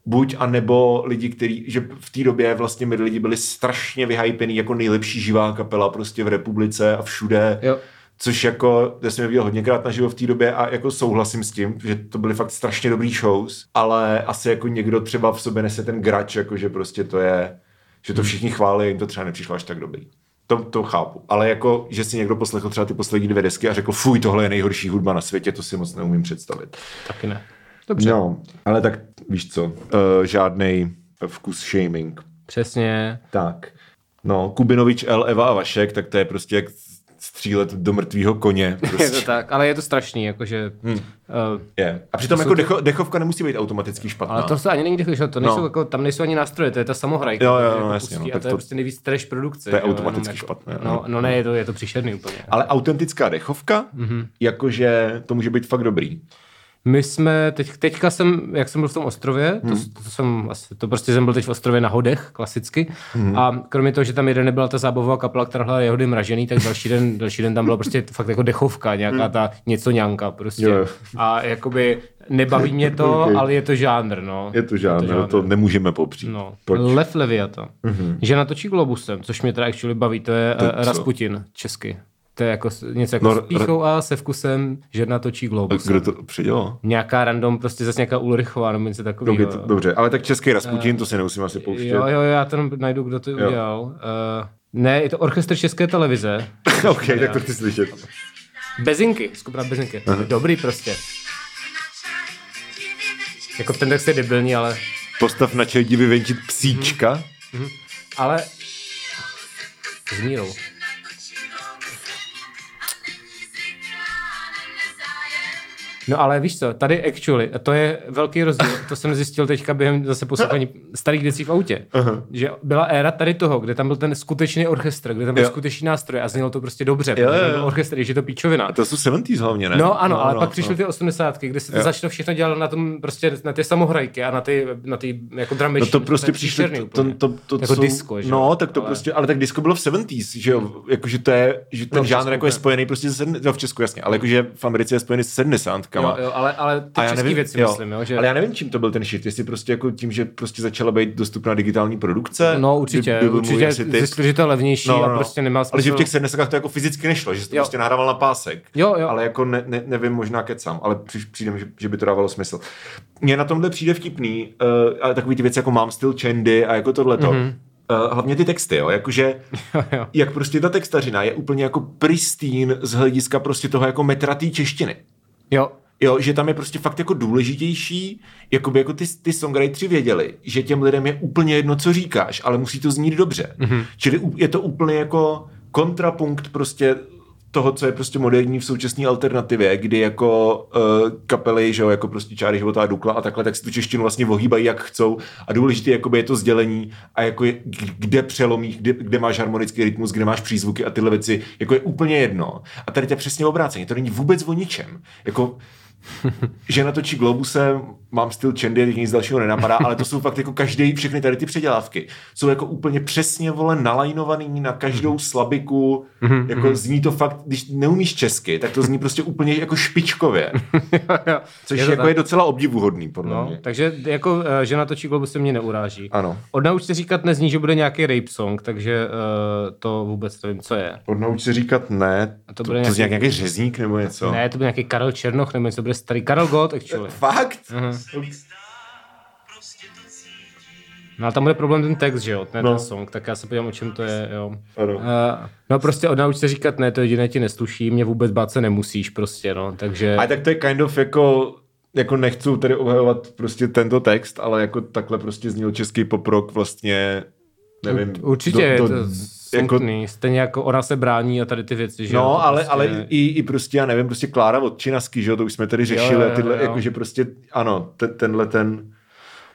Buď a nebo lidi, kteří, že v té době vlastně midi lidi byli strašně vyhypený jako nejlepší živá kapela prostě v republice a všude.
Jo.
Což jako, já jsem je viděl hodněkrát na živo v té době a jako souhlasím s tím, že to byly fakt strašně dobrý shows, ale asi jako někdo třeba v sobě nese ten grač, jako že prostě to je, že to všichni chválí, jim to třeba nepřišlo až tak dobrý. To, to chápu. Ale jako, že si někdo poslechl třeba ty poslední dvě desky a řekl, fuj, tohle je nejhorší hudba na světě, to si moc neumím představit.
Taky ne.
Dobře. No, ale tak víš co, uh, žádnej vkus shaming.
Přesně.
Tak. No, Kubinovič, L, Eva a Vašek, tak to je prostě jak střílet do mrtvého koně. Prostě.
Je to tak, ale je to strašný, jakože... Hmm. Uh,
Je. A přitom
To
jako
jsou ty-
decho, dechovka nemusí být automaticky špatná.
ale to se ani není dechl, to nejsou,
No.
no. jako, tam nejsou ani nástroje, to je ta samohrajka.
Jo, jo,
to je
no,
jako
jasně, no,
pustí a
tak
to je
to-
prostě nejvíc trash produkce.
to je
že jo, jenom
automaticky špatné, ano.
No, no ne, je to, je to příšerný úplně.
ale autentická dechovka,
Mhm.
mm-hmm. jakože to může být fakt dobrý.
My jsme, teď, teďka jsem, jak jsem byl v tom ostrově,
Hmm.
to, to jsem asi, to prostě jsem byl teď v ostrově na hodech, klasicky. Hmm. A kromě toho, že tam jeden nebyla ta zábavová kapela, která hrála jehody mražený, tak další den, další den tam byla prostě fakt jako dechovka, nějaká ta něco ňanka prostě.
Hmm. Jo, jo.
A jakoby nebaví mě to,
Okay.
ale je to žánr, no.
Je to žádné, to, to nemůžeme popřít.
No,
Proč? Mhm.
Lev Leviata. Mm-hmm. Že natočí globusem, což mě teda actually baví, to je to
co?
Rasputin česky. To je jako s- něco jako
No,
no, s
r-
píchou a se vkusem, že natočí globus
Kdo to předělal?
nějaká random, prostě zase nějaká Ulrichová nebo něco takového.
Dobře, to, dobře, ale tak český Rasputin, to si nemusím asi pouštět.
jo, jo, já tam najdu, kdo to udělal. Uh, ne, je to orchestr České televize.
ok, tak to chci slyšet.
Bezinky, skupina Bezinky. Dobrý prostě. Jako ten text je debilní, ale...
Postav na čeldi vyvenčit psíčka.
Mhm. Ale... S mírou. No ale víš co, tady actually, to je velký rozdíl, to jsem zjistil teďka během zase poslouchání starých věcí v autě, uh-huh. že byla éra tady toho, kde tam byl ten skutečný orchestr, kde tam byl
Jo.
skutečný nástroj a znělo to prostě dobře,
Jo,
protože tam
jo,
byl
jo.
orchestr, že to píčovina.
To jsou 70s hlavně, ne?
No ano, no, ale
no,
pak přišly ty osmdesátky, kde se to
Jo.
začalo všechno dělat na tom prostě na ty samohrajky a na ty, na ty jako drum
No to
machine,
prostě
je
přišlo,
příšerný
to, to,
úplně.
to, to
jako
jsou,
disco, že? jo?
No, tak to
Ale-
prostě, ale tak disco bylo v 70s, že jo, jakože to je, že ten no,
No, v
žánr
Česku
jako je
ne.
spojený prostě se, sedm- no, v Česku jasně, ale jakože v Americe je spojený s 70
Jo, jo, ale, ale ty český nevím, věci
jo,
myslím, jo, že...
Ale já nevím, čím to byl ten shit, jestli prostě jako tím, že prostě začala být dostupná digitální produkce.
No určitě,
by- by byl můj
určitě
asi tip.
zjistili, že to je levnější no, no, a prostě nemá smysl.
Ale že v těch 70 to jako fyzicky nešlo, že jsi to
Jo.
prostě nahrával na pásek.
Jo, jo.
Ale jako ne, ne, nevím, možná kecám, ale při, přijde mi, že, že by to dávalo smysl. Mně na tomhle přijde vtipný, uh, ale takový ty věci jako mám styl Chandy a jako tohleto. Mm-hmm. Uh, hlavně ty texty, jo, jakože
Mhm. Jo, jo.
jak prostě ta textařina je úplně jako pristýn z hlediska prostě toho jako metratý češtiny.
Jo,
Jo, že tam je prostě fakt jako důležitější, jako by jako ty, ty songwriteri věděli, že těm lidem je úplně jedno, co říkáš, ale musí to znít dobře. Mm-hmm. Čili u- je to úplně jako kontrapunkt prostě toho, co je prostě moderní v současné alternativě, kdy jako uh, kapely, že jo, jako prostě čáry života a dukla a takhle, tak si tu češtinu vlastně ohýbají, jak chcou a důležité jakoby je to sdělení a jako je, k- kde přelomíš, kde, kde, máš harmonický rytmus, kde máš přízvuky a tyhle věci, jako je úplně jedno. A tady to je přesně obráceně, to není vůbec o ničem. Jako že natočí Globuse, mám styl Chandy, teď nic dalšího nenapadá, ale to jsou fakt jako každý, všechny tady ty předělávky jsou jako úplně přesně vole nalajnovaný na
Mhm.
každou slabiku, jako zní to fakt, když neumíš česky, tak to zní prostě úplně jako špičkově,
jo.
což
Je
je
to
jako
tak.
je docela obdivuhodný podle no,
No,
mě.
takže jako eh, že natočí globus se mě neuráží.
Ano.
Odnaučte říkat nezní, že bude nějaký rape song, takže eh, to vůbec nevím, co je.
Odnauč se říkat ne,
A
to, to,
to bude
to
nějaký-
zní jak nějaký řezník nebo něco.
Ne, to bude nějaký Karel Černoch, nebo něco bude starý. Karel Gott, actually.
Fakt?
No a tam bude problém ten text, že jo, ne
No.
no. ten song, tak já se podívám, o čem to je, jo.
Ano.
Uh, no prostě odnauč se říkat ne, to jediné ti nesluší, mě vůbec bát se nemusíš prostě, no, takže...
A tak to je kind of jako jako nechci tady obhajovat prostě tento text, ale jako takhle prostě zněl český poprok vlastně, nevím,
Určitě,
do,
to
do,
s-
jako,
smutný. Jako... Stejně jako ona se brání a tady ty věci, že jo,
No,
to
ale,
prostě-
ale i, i prostě, já nevím, prostě Klára od Činasky, že jo, to už jsme tady řešili,
jo, jo,
tyhle,
jo.
jakože prostě, ano, ten, tenhle ten,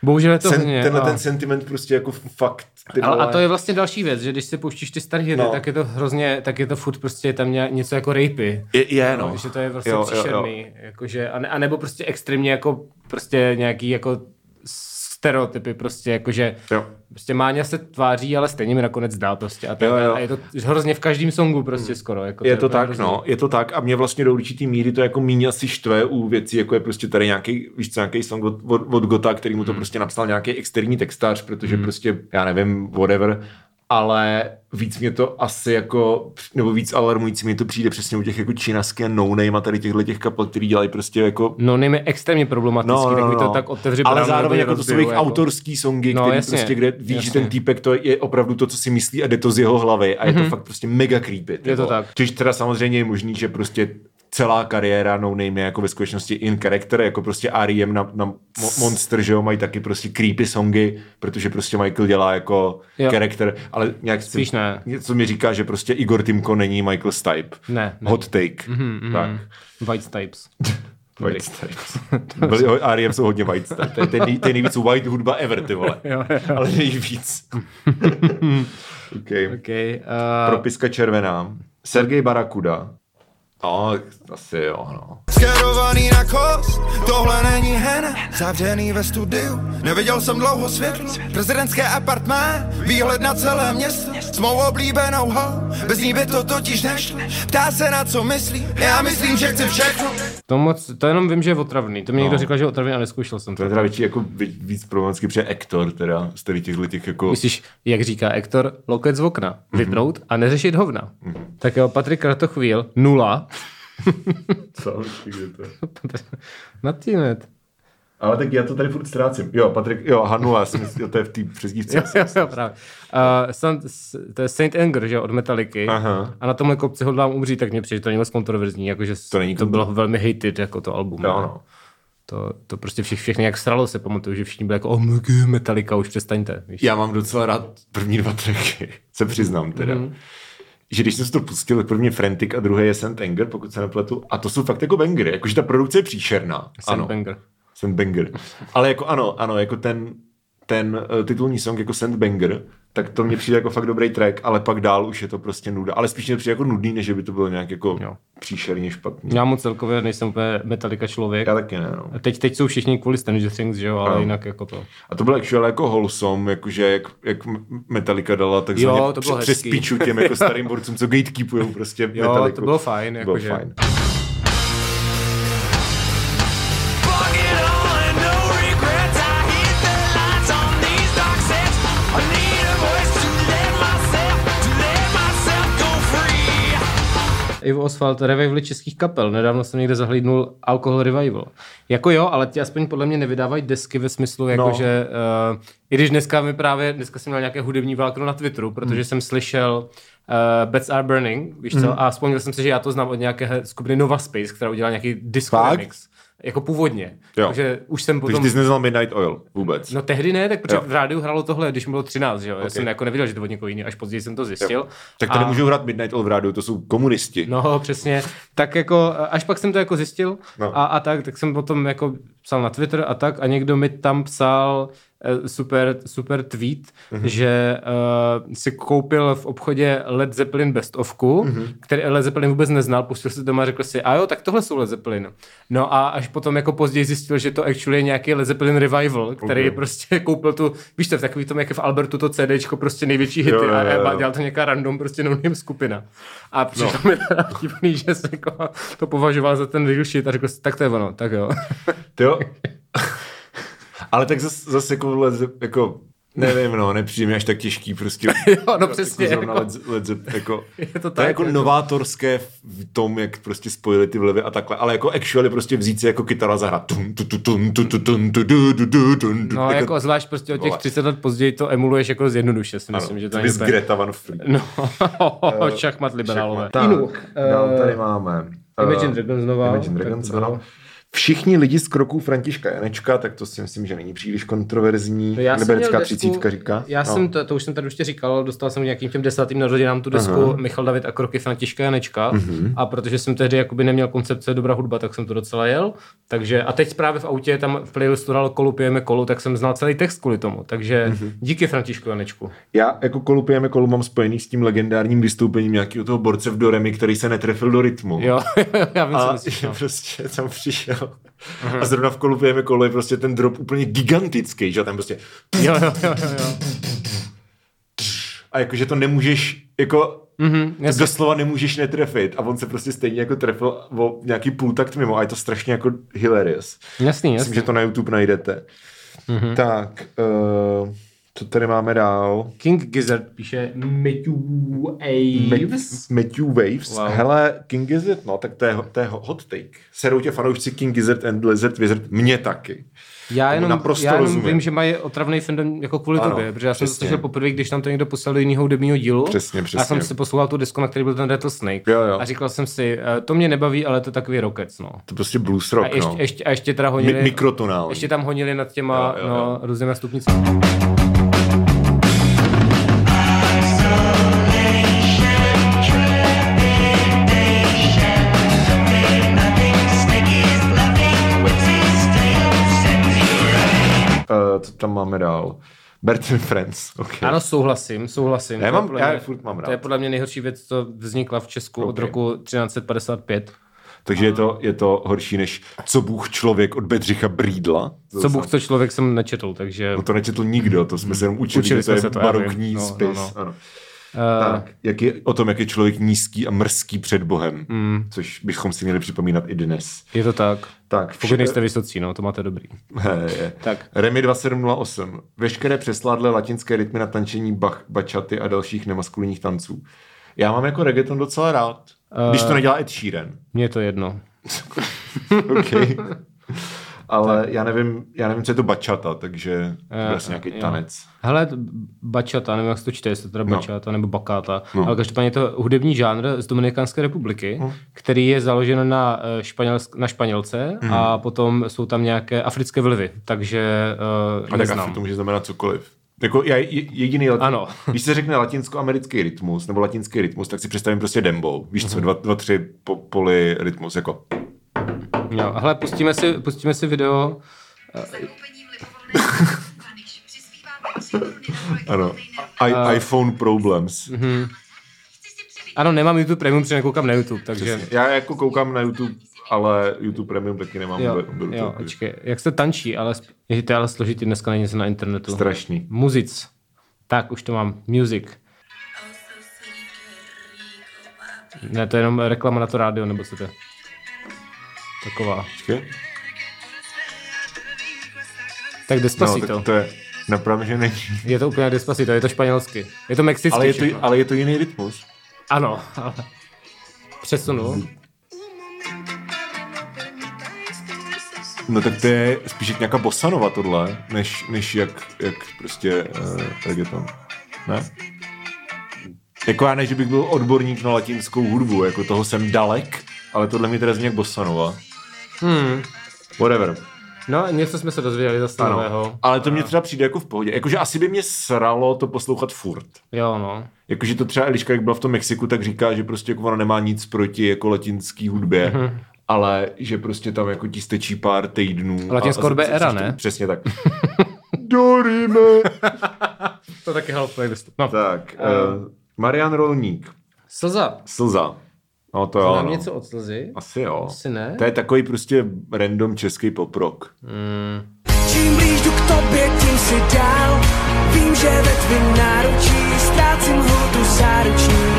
Bohužel je to
sen,
hodně. no.
tenhle
a-
ten sentiment prostě jako fakt, ty
Ale, a
vole.
to je vlastně další věc, že když si pouštíš ty staré hity,
No.
no. tak je to hrozně, tak je to furt prostě tam ně- něco jako rapey.
je, je, no.
No, že to je prostě
Jo, jo,
jo,
jo.
příšerný. Jakože, a, ne, a nebo prostě extrémně jako prostě nějaký jako stereotypy prostě jakože
Jo.
prostě Máňa se tváří, ale stejně mi nakonec dá prostě a, tak,
Jo, jo.
a je to hrozně v každém songu prostě skoro. Jako
Je to
úplně
tak,
hrozný.
no, je to tak a mě vlastně do určitý míry to jako míň asi štve u věcí, jako je prostě tady nějaký, víš co, nějaký song od, od, od Gota, který
Hmm.
mu to prostě napsal nějaký externí textář, protože prostě, já nevím, whatever, ale víc mě to asi jako, nebo víc alarmující mě to přijde přesně u těch jako činasky a no name a tady těchto těch kapel, který dělají prostě jako
No, nejme extrémně problematický, no, no, no. tak to tak otevře
Ale
bránu, nebo
zároveň
ji
jako to jsou
rozbiju,
jejich autorský songy,
No,
který
jasně,
prostě, kde víš, že
jasně.
ten týpek to je opravdu to, co si myslí a jde to z jeho hlavy a je to fakt prostě mega creepy.
Mhm. Je to
tyvo.
tak.
Což teda samozřejmě je možný, že prostě celá kariéra No Name je jako ve skutečnosti in character, jako prostě R.E.M. na, na Mo- Monster, že jo, mají taky prostě creepy songy, protože prostě Michael dělá jako
Jo.
charakter, ale nějak
Spíš ne.
něco mi říká, že prostě Igor Timko není Michael Stipe.
Ne, ne. Mhm,
Hot take. tak.
White Types.
White Stripes. Byli, R.E.M. jsou hodně White Stripes. To je ten, nej- to je nejvíc white hudba ever, ty vole.
Jo, jo.
Ale nejvíc. okay.
Okay, uh,
Propiska červená. Sergej Barakuda. No, asi jo, no.
Skerovaný na kost, tohle není hena Zavřený ve studiu, neviděl jsem dlouho světlo Prezidentské apartmá, výhled na celé město S mou oblíbenou ho, bez ní by to totiž nešlo Ptá se na co myslí, já myslím, že chci všechno
to, moc, to jenom vím, že je otravný. To mě no. někdo
No.
říkal, že je otravný, ale neskoušel jsem
To
to.
je teda větší, jako vi- víc problematický, protože Ektor, teda, z tady těchto těch jako...
Myslíš, jak říká Ektor, loket z okna,
Mhm.
vypnout a neřešit hovna. Tak jo, Patrik Kratochvíl, nula.
Co? Kde to je?
Martinet.
Ale tak já to tady furt ztrácím. Jo, Patrik, jo, Hanula, já jsem myslel, to je v té přezdívce.
Jo, jo, jo, právě. Uh, San, s- to je Saint Anger, že jo, od Metalliky.
Aha.
A na tomhle kopci hodlám umřít, tak mě přijde, že to není moc kontroverzní, jakože s-
To není
to bylo velmi hated, jako to album.
Jo,
ne?
no.
To, to prostě všech, všechny jak sralo se pamatuju, že všichni byli jako oh my God, Metallica, už přestaňte. Víš?
Já mám docela rád první dva tracky, se přiznám teda.
Mhm.
Mm. Že když jsem si to pustil, tak první je Frantic a druhý je Sand Anger, pokud se nepletu. A to jsou fakt jako bangery, jakože ta produkce je příšerná.
Saint
ano,
Anger.
Sand Banger. Ale jako ano, ano, jako ten, ten eh, titulní song jako Sand Banger, tak to mně přijde jako fakt dobrý track, ale pak dál už je to prostě nuda. Ale spíš mě přijde jako nudný, než že by to bylo nějak jako
Jo. No.
příšerně špatný.
Já moc celkově nejsem úplně Metallica člověk.
Já taky ne, no.
A teď, teď jsou všichni kvůli Stranger Things, že jo, ale
Ano.
jinak jako to.
A to bylo actual jako wholesome, jakože jak, jak Metallica dala takzvaně
Jo, to bylo
přes
hezký.
piču těm jako starým borcům, co gatekeepujou prostě
Jo,
Metalliku.
to bylo fajn,
To
jakože.
Fuck it all and no regrets. I hit the lights on these dark sets. I need a voice to let myself, to let myself go free.
Ivo Oswald, revivaly českých kapel. Nedávno jsem někde zahlídnul Alcohol Revival. Jako jo, ale ti aspoň podle mě nevydávají desky ve smyslu, jako
No.
no. že... Uh, I když dneska mi právě, dneska jsem měl nějaké hudební vlákno na Twitteru, protože hmm. jsem slyšel uh, Beds Are Burning, víš
Hmm.
co? A vzpomněl jsem si, že já to znám od nějaké skupiny Nova Space, která udělala nějaký disco
Fakt?
remix. Jako původně.
Jo.
Takže už jsem
Takže
potom...
ty jsi neznal Midnight Oil vůbec.
No tehdy ne, tak protože
Jo.
v rádiu hrálo tohle, když mi bylo 13, že jo? Já jsem jako nevěděl, že to od někoho jiného, až později jsem to zjistil.
tak tady
A-
můžou hrát Midnight Oil v rádiu, to jsou komunisti.
No, přesně. Tak jako, až pak jsem to jako zjistil
No.
no. a, a tak, tak jsem potom jako psal na Twitter a tak a někdo mi tam psal eh, super, super tweet, mm-hmm. že uh, si koupil v obchodě Led Zeppelin bestovku, mm-hmm. který Led Zeppelin vůbec neznal, pustil si doma a řekl si, a jo, tak tohle jsou Led Zeppelin. No a až potom jako později zjistil, že to actually je nějaký Led Zeppelin revival, který
Okay.
okay. prostě koupil tu, víš to, v takový tom, jak je v Albertu to CDčko, prostě největší hity
Jo, jo,
a,
jo, jo.
a dělal to nějaká random prostě no name skupina. A přišlo no. mi teda divný, že se jako to považoval za ten real shit a řekl si, tak to je ono, tak jo.
Ty jo. Ale tak zase zas jako, Led Ze- jako nevím, no, nepřijde mi až tak těžký prostě.
no přesně,
Jako, zrovna
jako.
Led, Ze- Led, Ze- jako,
Je to
je
tak,
jako
jako.
novátorské v tom, jak prostě spojili ty vlivy a takhle, ale jako actually prostě vzít si jako kytara zahrát. Tum, tu, tu, tum, tu, tu, tum, tu, du, du, du, dun, du.
No jako zvlášť prostě o těch
vole.
30 let později to emuluješ jako zjednoduše, si myslím, že to
Miss Greta Van Fleet.
No, šachmat liberálové.
Tak, dál tady máme.
Imagine
eh,
Dragons znova.
Imagine
tak
Dragons,
to bylo.
ano. Všichni lidi z kroků Františka Janečka, tak to si myslím, že není příliš kontroverzní.
No já jsem
Liberecká
měl
třicítka říká.
Já
no.
jsem, to, to už jsem tady ještě říkal, dostal jsem k nějakým těm desátým narozeninám tu desku Aha. Michal David a kroky Františka Janečka
Mhm.
uh-huh. a protože jsem tehdy jakoby neměl koncepce dobrá hudba, tak jsem to docela jel. Takže a teď právě v autě tam v playlistu dal kolu, pijeme kolu, tak jsem znal celý text kvůli tomu. Takže
Mhm.
uh-huh. díky Františku Janečku.
Já jako kolupujeme kolu mám spojený s tím legendárním vystoupením nějakého toho borce v Doremi, který se netrefil do rytmu.
Jo, já vím, co
A
myslíš.
že
no. Mhm.
prostě tam přišel. A zrovna v kolupujeme kolo je prostě ten drop úplně gigantický, že jo, tam prostě
Jo, jo, jo, jo, jo.
a jakože to nemůžeš, jako mm-hmm,
Mhm, jasně.
doslova nemůžeš netrefit a on se prostě stejně jako trefil o nějaký půl takt mimo a je to strašně jako hilarious.
Jasný,
Myslím,
jasný.
že to na YouTube najdete.
Mhm.
Mm-hmm. Tak, uh, co tady máme dál?
King Gizzard píše Matthew Aves.
Ma- Matthew Waves. Wow.
Wow.
Hele, King Gizzard, no, tak to je, to je hot take. Serou tě fanoušci King Gizzard and Lizard Wizard, mě taky.
Já
Tomu
jenom,
naprosto
já jenom
rozumím.
vím, že mají otravný fandom jako kvůli
Ano,
ano, tobě, protože já jsem to
přesně.
slyšel poprvé, když tam to někdo poslal do jiného hudebního dílu.
Přesně,
A já jsem
přesně.
si poslouchal tu disku, na který byl ten Rattlesnake.
Jo, jo.
A říkal jsem si, eh, to mě nebaví, ale to je takový rockec, no.
To prostě blues rock,
A ještě,
no.
ještě, a ještě teda honili...
Mi- mikrotonální.
Ještě tam honili nad těma
Jo, jo,
no,
jo.
různýma stupnicami.
Uh, co tam máme dál? Bert and Friends, okay.
Ano, souhlasím, souhlasím.
Já
To je
mám-
podle
já
mě-
je furt mám
To je
rád.
podle mě nejhorší věc, co vznikla v Česku od
Ok.
roku 1355.
Takže je to, je to horší než Co Bůh člověk od Bedřicha Brýdla.
Co Bůh, co člověk jsem nečetl, takže...
No to nečetl nikdo, to jsme se jenom učili, že to
Učili jsme
je
se to, já
barokní
vím. No, Eh. no,
spis.
no.
Ano. Tak, jak je, o tom, jak je člověk nízký a mrzký před Bohem, mm. což bychom si měli připomínat i dnes.
Je to tak.
Tak,
Pokud nejste vysocí, no, to máte dobrý.
tak.
Tak.
Remy 2708. Veškeré přesládlé latinské rytmy na tančení bach, bačaty a dalších nemaskulinních tanců. Já mám jako reggaeton docela rád, uh... když to nedělá Ed Sheeran.
Mně je to jedno.
OK. Ale já nevím, já nevím, co je to bačata, takže to je asi nějaký tanec.
Hele, t- bačata, nevím, jak se to čte, jestli to teda
No.
bačata nebo bakáta, no. ale každopádně je to hudební žánr z Dominikánské republiky,
No.
který je založen na, eh, španělsk, na španělce a
Mhm.
potom jsou tam nějaké africké vlivy, takže uh,
A tak asi
neznám.
to může znamenat cokoliv. Jako já, je- jediný latin,
Ano.
Když se řekne latinskoamerický rytmus nebo latinský rytmus, tak si představím prostě dembow. Víš co, dva, dva tři po, poli rytmus, jako.
Jo, No, hele, pustíme si, pustíme si video.
Ano. Eh. I, iPhone problems.
Ano, nemám YouTube Premium, protože nekoukám na YouTube, takže...
Přesně. Já jako koukám na YouTube, ale YouTube Premium taky nemám.
Jo,
vůbec- vůbec-
jo, počkej, jak se tančí, ale sp- je to ale složitý dneska není se na internetu.
Strašný.
Muzic. Tak, už to mám. Music. Ne, to je jenom reklama na to rádio, nebo co to je? Taková.
Počkej.
Tak
No,
Despacito.
tak to je napravdu, že není.
Je to úplně Despacito, je to španělsky. Je to mexický
Ale je
všechno.
to, ale je to jiný rytmus.
Ano, ale... Přesunu.
No tak to je spíš jak nějaká bosanova tohle, než, než jak, jak prostě uh, reggaeton. Ne? Jako já ne, že bych byl odborník na latinskou hudbu, jako toho jsem dalek, ale tohle mi teda zní jak bosanova.
Hmm.
Whatever.
No, něco jsme se dozvěděli zase nového.
Ale to mě třeba přijde jako v pohodě. Jakože asi by mě sralo to poslouchat furt.
Jo, no.
Jakože to třeba Eliška, jak byla v tom Mexiku, tak říká, že prostě jako ona nemá nic proti jako latinský hudbě,
Mhm.
ale že prostě tam jako ti stečí pár týdnů.
Latinská
a- a-
hudba je
což- což
era,
to-
ne?
Přesně tak. Dorime.
To taky help playlistu. No.
tak, uh, Marian Rolník,
Slza.
Slza. No to jo,
Znám
no.
něco od slzy?
Asi jo.
Asi ne.
To je takový prostě random český poprok.
Čím blíž jdu k tobě, tím si dál Vím, že ve tvým náručí Ztrácím hudu záruční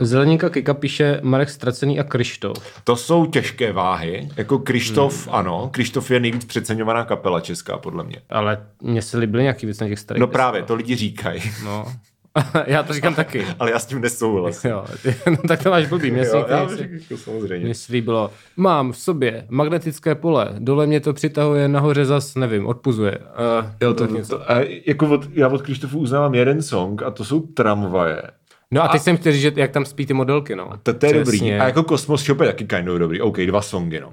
Zeleninka Kika píše Marek Ztracený a Krištof.
To jsou těžké váhy. Jako Krištof, hmm. ano. Krištof je nejvíc přeceňovaná kapela česká, podle mě.
Ale mně se líbily nějaký věc na těch starých.
No
deskách.
právě, to lidi říkají.
No. já to říkám taky.
Ale já s tím nesouhlasím.
Jo, no, tak to máš blbý. Mně se,
Jo, já
některý-
bych jako samozřejmě.
mně se líbilo, mám v sobě magnetické pole, dole mě to přitahuje, nahoře zas, nevím, odpuzuje. Uh,
Jo, to, to, to, a jako od, já od Krištofu uznávám jeden song a to jsou tramvaje.
no a teď jsem chtěl říct, že jak tam spí ty modelky, no.
To, to je jako
Přesně. Hmm.
dobrý. A jako Kosmos Shop je taky kind of dobrý. OK, dva songy, no.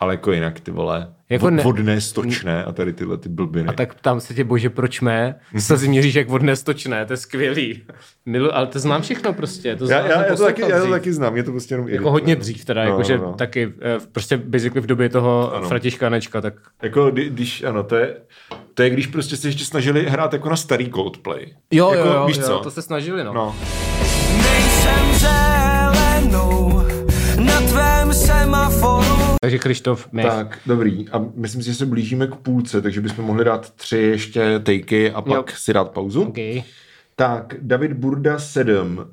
Ale jako jinak, ty vole,
Jako
jako
ne-
ne... vodné, stočné a tady tyhle ty blbiny.
A tak ptám se tě, bože, proč mé?
Mhm.
Se změříš, jak vodné stočné, to je skvělý. Milu, ale to znám všechno prostě. To znám,
já, já, já, to taky, já to
dřív.
taky znám, je to prostě jenom
Jako
irituje.
hodně dřív teda,
No,
no, jakože
no, no.
taky, eh, prostě basically v době toho ano.
Ano.
Františka Hanečka, tak
Jako, kdy- když, ano, to je, to je, když prostě se ještě snažili hrát jako na starý Coldplay.
jo,
jako,
jako, jo,
víš
jo,
co?
to se snažili, no.
No,
no.
Nejsem zelenou na tvém semaforu.
Takže Krištof, mech.
tak, dobrý. A myslím si, že se blížíme k půlce, takže bychom mohli dát tři ještě takey a pak
Jo.
si dát pauzu.
Okay.
Tak, David Burda 7.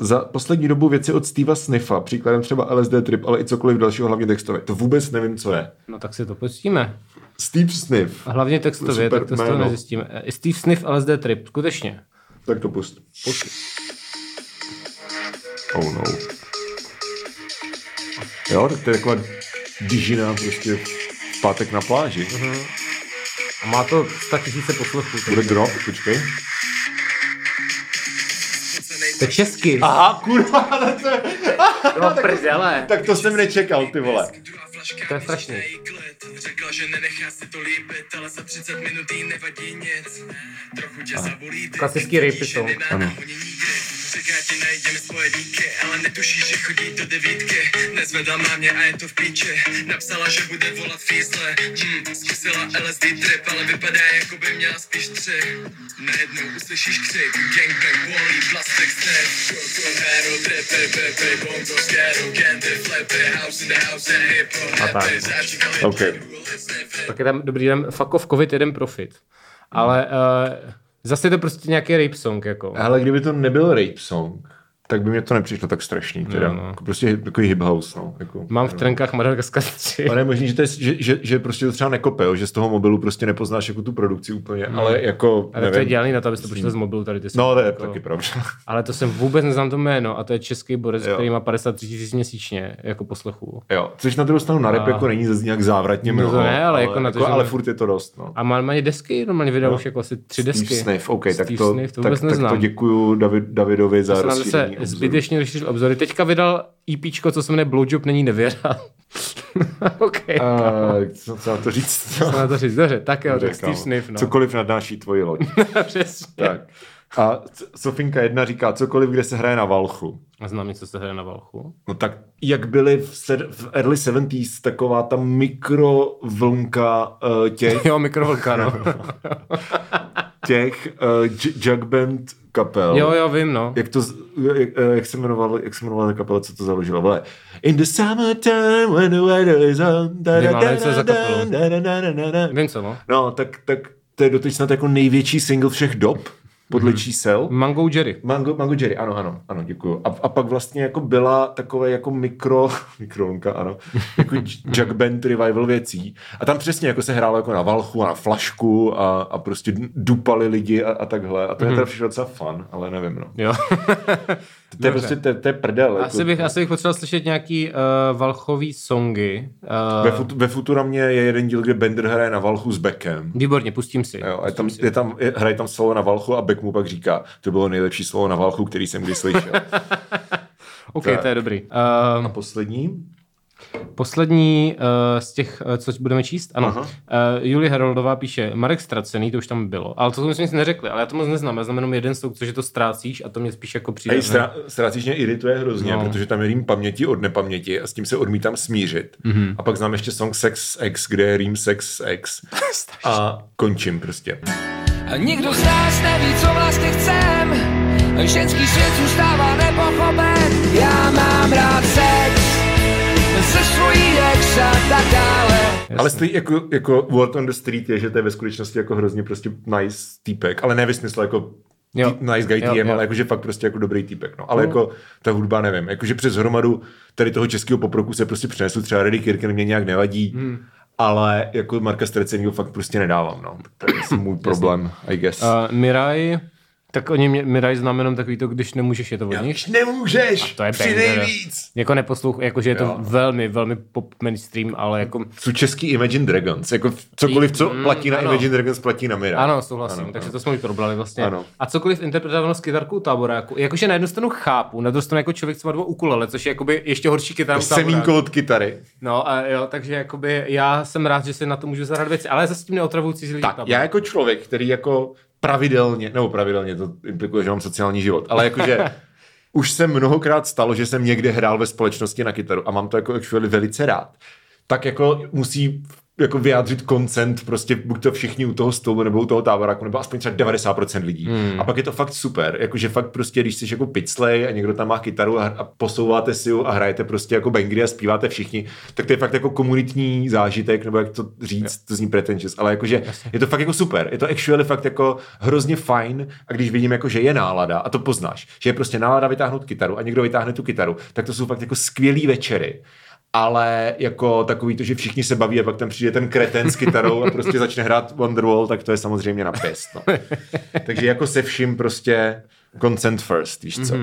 Za poslední dobu věci od Steva Sniffa, příkladem třeba LSD trip, ale i cokoliv dalšího, hlavně textové. To vůbec nevím, co je.
No tak si to pustíme.
Steve Sniff,
A hlavně textově,
Super
tak to z toho
jméno.
nezjistíme. Eh, Steve Sniff LSD Trip, skutečně.
tak to pust. Oh no. Jo, tak to je taková dižina prostě v pátek na pláži.
A má to 100 tisíce poslechů.
Bude drop, no, počkej.
To je česky.
Aha, kurva, ale to je,
No prdele.
tak to jsem nečekal, ty vole.
To je strašný.
Řekla, že nenechá si to líbit, ale za 30 minut jí nevadí nic. Trochu tě zabolí, ty
Klasický
vidíš,
rapy
že
song.
nedá na honě nikdy. Říká ti najdeme svoje díky, ale netuší, že chodí do devítky. Nezvedla má mě a je to v píči. Napsala, že bude volat fízle. Hm, zkusila LSD trip, ale vypadá, jako by měla spíš tři. Najednou uslyšíš křik, gangbang, wally, plastic strip. Coco, hero, tripy, pipy, bongo, skeru, candy, flipy, house in the house, and hippo, happy, začíkali.
OK.
Pak je tam, dobrý den, fuck off covid, jeden profit. Ale uh, zase je to prostě nějaký rape song, jako.
Ale kdyby to nebyl rape song, tak by mě to nepřišlo tak strašný. Teda.
Jo, no.
Jako Prostě takový hip house. No. Jako,
Mám v trenkách Madagaskar 3.
Ale je možný, že, to je, že, že, že prostě to třeba nekope, jo, že z toho mobilu prostě nepoznáš jako tu produkci úplně, ale jako
No. Ale to je
nevím.
dělaný na to, abyste počítali z mobilu tady ty
No, to je
jako-
taky pravda.
Ale to jsem vůbec neznám to jméno a to je český borec, jo.
Jo.
který má 53 tisíc měsíčně jako poslechů.
Jo, což na druhou stranu na rap
A-
jako není zase nějak závratně mnoho.
ne, ale jako na to, že-
ale furt je to dost, no.
A má normálně desky, normálně vydal už jako asi tři
Steve
desky.
Sniff, OK, tak
Steve
to,
Sniff, to
tak,
vůbec
tak to
neznám.
děkuju David, Davidovi za
Jsem se
rozšíření obzoru.
zbytečně rozšířil obzory. Teďka vydal EPčko, co se jmenuje Blowjob není nevěra. OK.
A, Eh, co, co na to říct?
Uh, na to říct, dobře, tak jo, tak
Řekl,
Steve Sniff, no.
Cokoliv nadnáší tvoji loď.
Přesně.
tak. A C- Sofinka jedna říká, cokoliv, kde se hraje na valchu.
A znám něco, co se hraje na valchu.
No tak jak byly v, sed, v early 70s taková ta mikrovlnka uh, těch,
Jo, mikrovlnka, no.
těch uh, j- jug band kapel.
jo, jo, vím, no.
Jak, to, z- jak, eh, jak, se jmenoval, jak se jmenovala ta kapela, co to založila? Vole. In the summertime when the weather is on. Da,
Nemám nevím, co je za kapelu.
da, da, da, da, da, da.
Vím, co, no.
No, tak, tak to je doteď snad jako největší single všech dob,
Mhm.
podle čísel.
Mango Jerry.
Mango, Mango Jerry, ano, ano, ano, děkuju. A, a pak vlastně jako byla takové jako mikro, mikrovlnka, ano, jako j- jug band revival věcí. A tam přesně jako se hrálo jako na valchu a na flašku a, a prostě dupali lidi a, a takhle. A to
Mhm.
je teda přišlo docela fun, ale nevím, no.
Jo.
To je prostě, to, je- to je prdel.
Asi
jako,
bych, eh, asi bych potřeboval slyšet nějaký uh, valchový songy.
Ve,
Uh,
fut, ve Futuramě je jeden díl, kde Bender hraje na valchu s Beckem.
výborně, pustím si.
Jo, a je tam, je tam, je, hraje tam slovo na valchu a Beck mu pak říká, to bylo nejlepší slovo na valchu, který jsem kdy slyšel.
OK,
tak.
to je dobrý. Uh,
Poslední?
Poslední uh, z těch, uh, co budeme číst, ano. Uh, Julie Heroldová píše, Marek ztracený, to už tam bylo. Ale to jsme si nic neřekli, ale já to moc neznám. Já znám jenom jeden slouk, což je to ztrácíš a to mě spíš jako
A
přijde.
i ztra- ztrácíš mě irituje hrozně,
No.
no. protože tam je rým paměti od nepaměti a s tím se odmítám smířit.
Mhm.
Mm-hmm. A pak znám ještě song Sex X, kde je rým Sex X. a končím prostě.
A nikdo z nás neví, co vlastně chcem. Ženský svět zůstává nepochopen. Já mám rád sex se svojí ex a tak dále.
Jasně. Ale stejně jako, jako Word on the Street je, že to je ve skutečnosti jako hrozně prostě nice týpek, ale ne ve smyslu jako
Jo.
jo. nice guy
Jo,
jo, TM,
jo. Mm.
ale jakože fakt prostě jako dobrý týpek. No. Ale jako ta hudba, nevím, jakože přes hromadu tady toho českého poproku se prostě přinesu, třeba Reddy Kirken mě nějak nevadí, hmm.
Mm.
ale jako Marka Strecenýho fakt prostě nedávám, no. Tak To je asi můj problém, I guess.
Uh, Eh, Miraj Tak oni mi, mi dají znamenom takový to, když nemůžeš, je to od nich.
Už nemůžeš,
A to je
přidej
banger.
víc.
Jako neposluch, jakože je to
Jo.
velmi, velmi pop mainstream, ale jako...
Jsou český Imagine Dragons, jako v- cokoliv, co
Mm,
platí na
ano.
Imagine Dragons, platí na Mira.
Ano, souhlasím,
Ano,
ano, takže
ano.
to jsme už probrali vlastně.
Ano.
A cokoliv interpretováno s kytarkou táboráku, jakože na jednu stranu chápu, na druhou stranu jako člověk, co má dva ukulele, což je jakoby ještě horší kytarka.
Semínko od kytary.
No a jo, takže jakoby já jsem rád, že si na to můžu zahrát věci, ale zase s tím neotravuju cizí lidi.
Tak, já jako člověk, který jako pravidelně, nebo pravidelně, to implikuje, že mám sociální život, ale jakože už se mnohokrát stalo, že jsem někde hrál ve společnosti na kytaru a mám to jako actually velice rád, tak jako musí jako vyjádřit koncent prostě buď to všichni u toho stolu nebo u toho táboráku, nebo aspoň třeba 90% lidí. Hmm. A pak je to fakt super, jakože fakt prostě, když jsi jako piclej a někdo tam má kytaru a, a posouváte si ji a hrajete prostě jako bangry a zpíváte všichni, tak to je fakt jako komunitní zážitek, nebo jak to říct, to zní pretentious, ale jakože je to fakt jako super, je to actually fakt jako hrozně fajn a když vidím jako, že je nálada a to poznáš, že je prostě nálada vytáhnout kytaru a někdo vytáhne tu kytaru, tak to jsou fakt jako skvělý večery ale jako takový to, že všichni se baví a pak tam přijde ten kreten s kytarou a prostě začne hrát Wonderwall, tak to je samozřejmě na pěst. No. Takže jako se vším prostě consent first, víš co.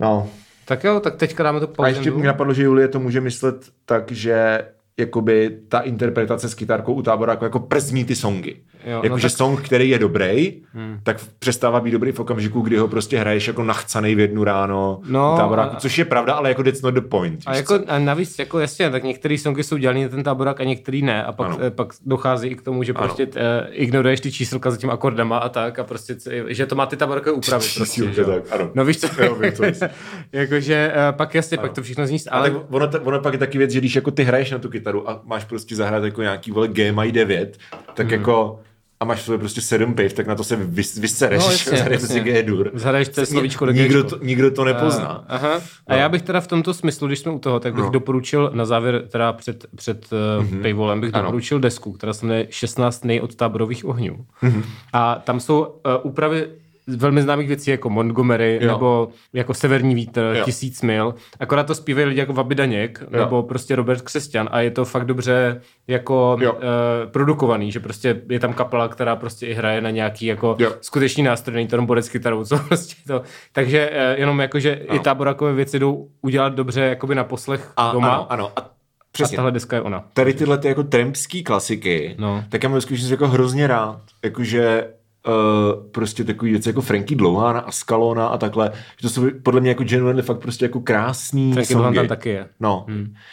No,
tak jo, tak teďka dáme to pauzu.
a ještě mi napadlo, že Julie to může myslet tak, že jakoby ta interpretace s kytarkou u tábora jako, jako przní ty songy.
Jo, no
Jakože
tak-
song, který je dobrý, hmm. tak přestává být dobrý v okamžiku, kdy ho prostě hraješ jako nachcanej v jednu ráno
No,
u táboráku,
a-
což je pravda, ale jako that's not the point. víš
A,
co.
jako, a navíc, jako jasně, tak některé songy jsou dělané na ten táborák a některý ne. A pak,
Ano.
eh, pak dochází i k tomu, že prostě eh, ignoruješ ty číslka za tím akordama a tak. A prostě, c- že to má ty táborkové úpravy. Prostě,
číslka,
že jo.
tak, ano.
No víš co?
Jo, vím, co myslím.
Jakože eh, pak jasně, pak to všechno zní.
Ale
Ale
ono, ta- ono pak je taky věc, že když jako ty hraješ na tu kytaru a máš prostě zahrát jako nějaký vole Gmaj 9, tak hmm. jako a máš v sobě prostě 7 piv, tak na to se vys, vysereš,
No,
no,
jasně,
zahraješ si
jasně.
G dur.
Zahraješ to
Ni-
slovíčko do
nikdo
Gčko.
to, nikdo to nepozná. A,
Aha. A já bych teda v tomto smyslu, když jsme u toho, tak bych
No. Mhm.
no. doporučil na závěr, teda před, před mm-hmm. paywallem, bych ano. doporučil desku, která se jmenuje 16 nej od táborových ohňů.
Mhm.
Mm-hmm. A tam jsou uh, úpravy velmi známých věcí jako Montgomery
Jo.
jo. nebo jako Severní vítr,
Jo.
jo. Tisíc mil. Akorát to zpívají lidi jako Vaby Daněk
Jo.
nebo prostě Robert Křesťan a je to fakt dobře jako
Jo.
uh, produkovaný, že prostě je tam kapela, která prostě i hraje na nějaký jako
Jo.
skutečný nástroj, není to jenom borec s kytarou, co prostě to. Takže eh, jenom jako, že i táborákové věci jdou udělat dobře jakoby na poslech
a,
doma.
ano, ano. A
A
přesně.
tahle deska je ona.
Tady tyhle ty jako trampský klasiky,
No.
tak já mám zkušenost jako hrozně rád. Jakože Uh, prostě takový věci jako Frankie Dlouhán a Ascalona a takhle, že to jsou podle mě jako genuinely fakt prostě jako krásný
Frankie
songy.
Dlouhán tam taky je.
No.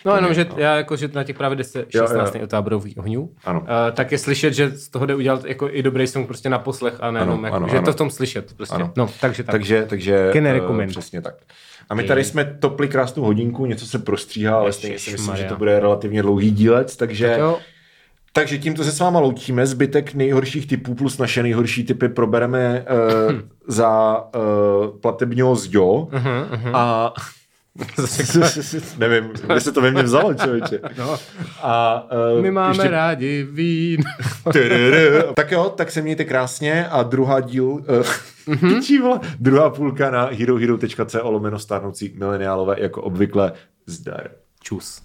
No jenom, že já jako, že na těch právě 10,
Jo, jo.
16 otáborových ohňů,
Ano.
eh, tak je slyšet, že z toho jde udělat jako i dobrý song prostě na poslech a nejenom, jako,
ano,
že je
ano.
to v tom slyšet prostě.
Ano.
No, takže tak.
Takže, takže
Can I
eh,
recommend?
přesně tak. A my tady jsme topli krásnou hodinku, něco se prostříhá, ale stejně si myslím, že
Ježišmarja.
to bude relativně dlouhý dílec, takže, tak
Jo,
takže tímto se s váma loučíme. Zbytek nejhorších typů plus naše nejhorší typy probereme uh, za uh, platebního zďo a nevím, kde se to ve mně vzalo, člověče. No. A, eh,
my máme
ještě-
rádi vín.
Tyrrrr. tak jo, tak se mějte krásně a druhá díl,
Mhm.
uh, druhá půlka na herohero.co lomeno stárnoucí mileniálové jako obvykle zdar.
Čus.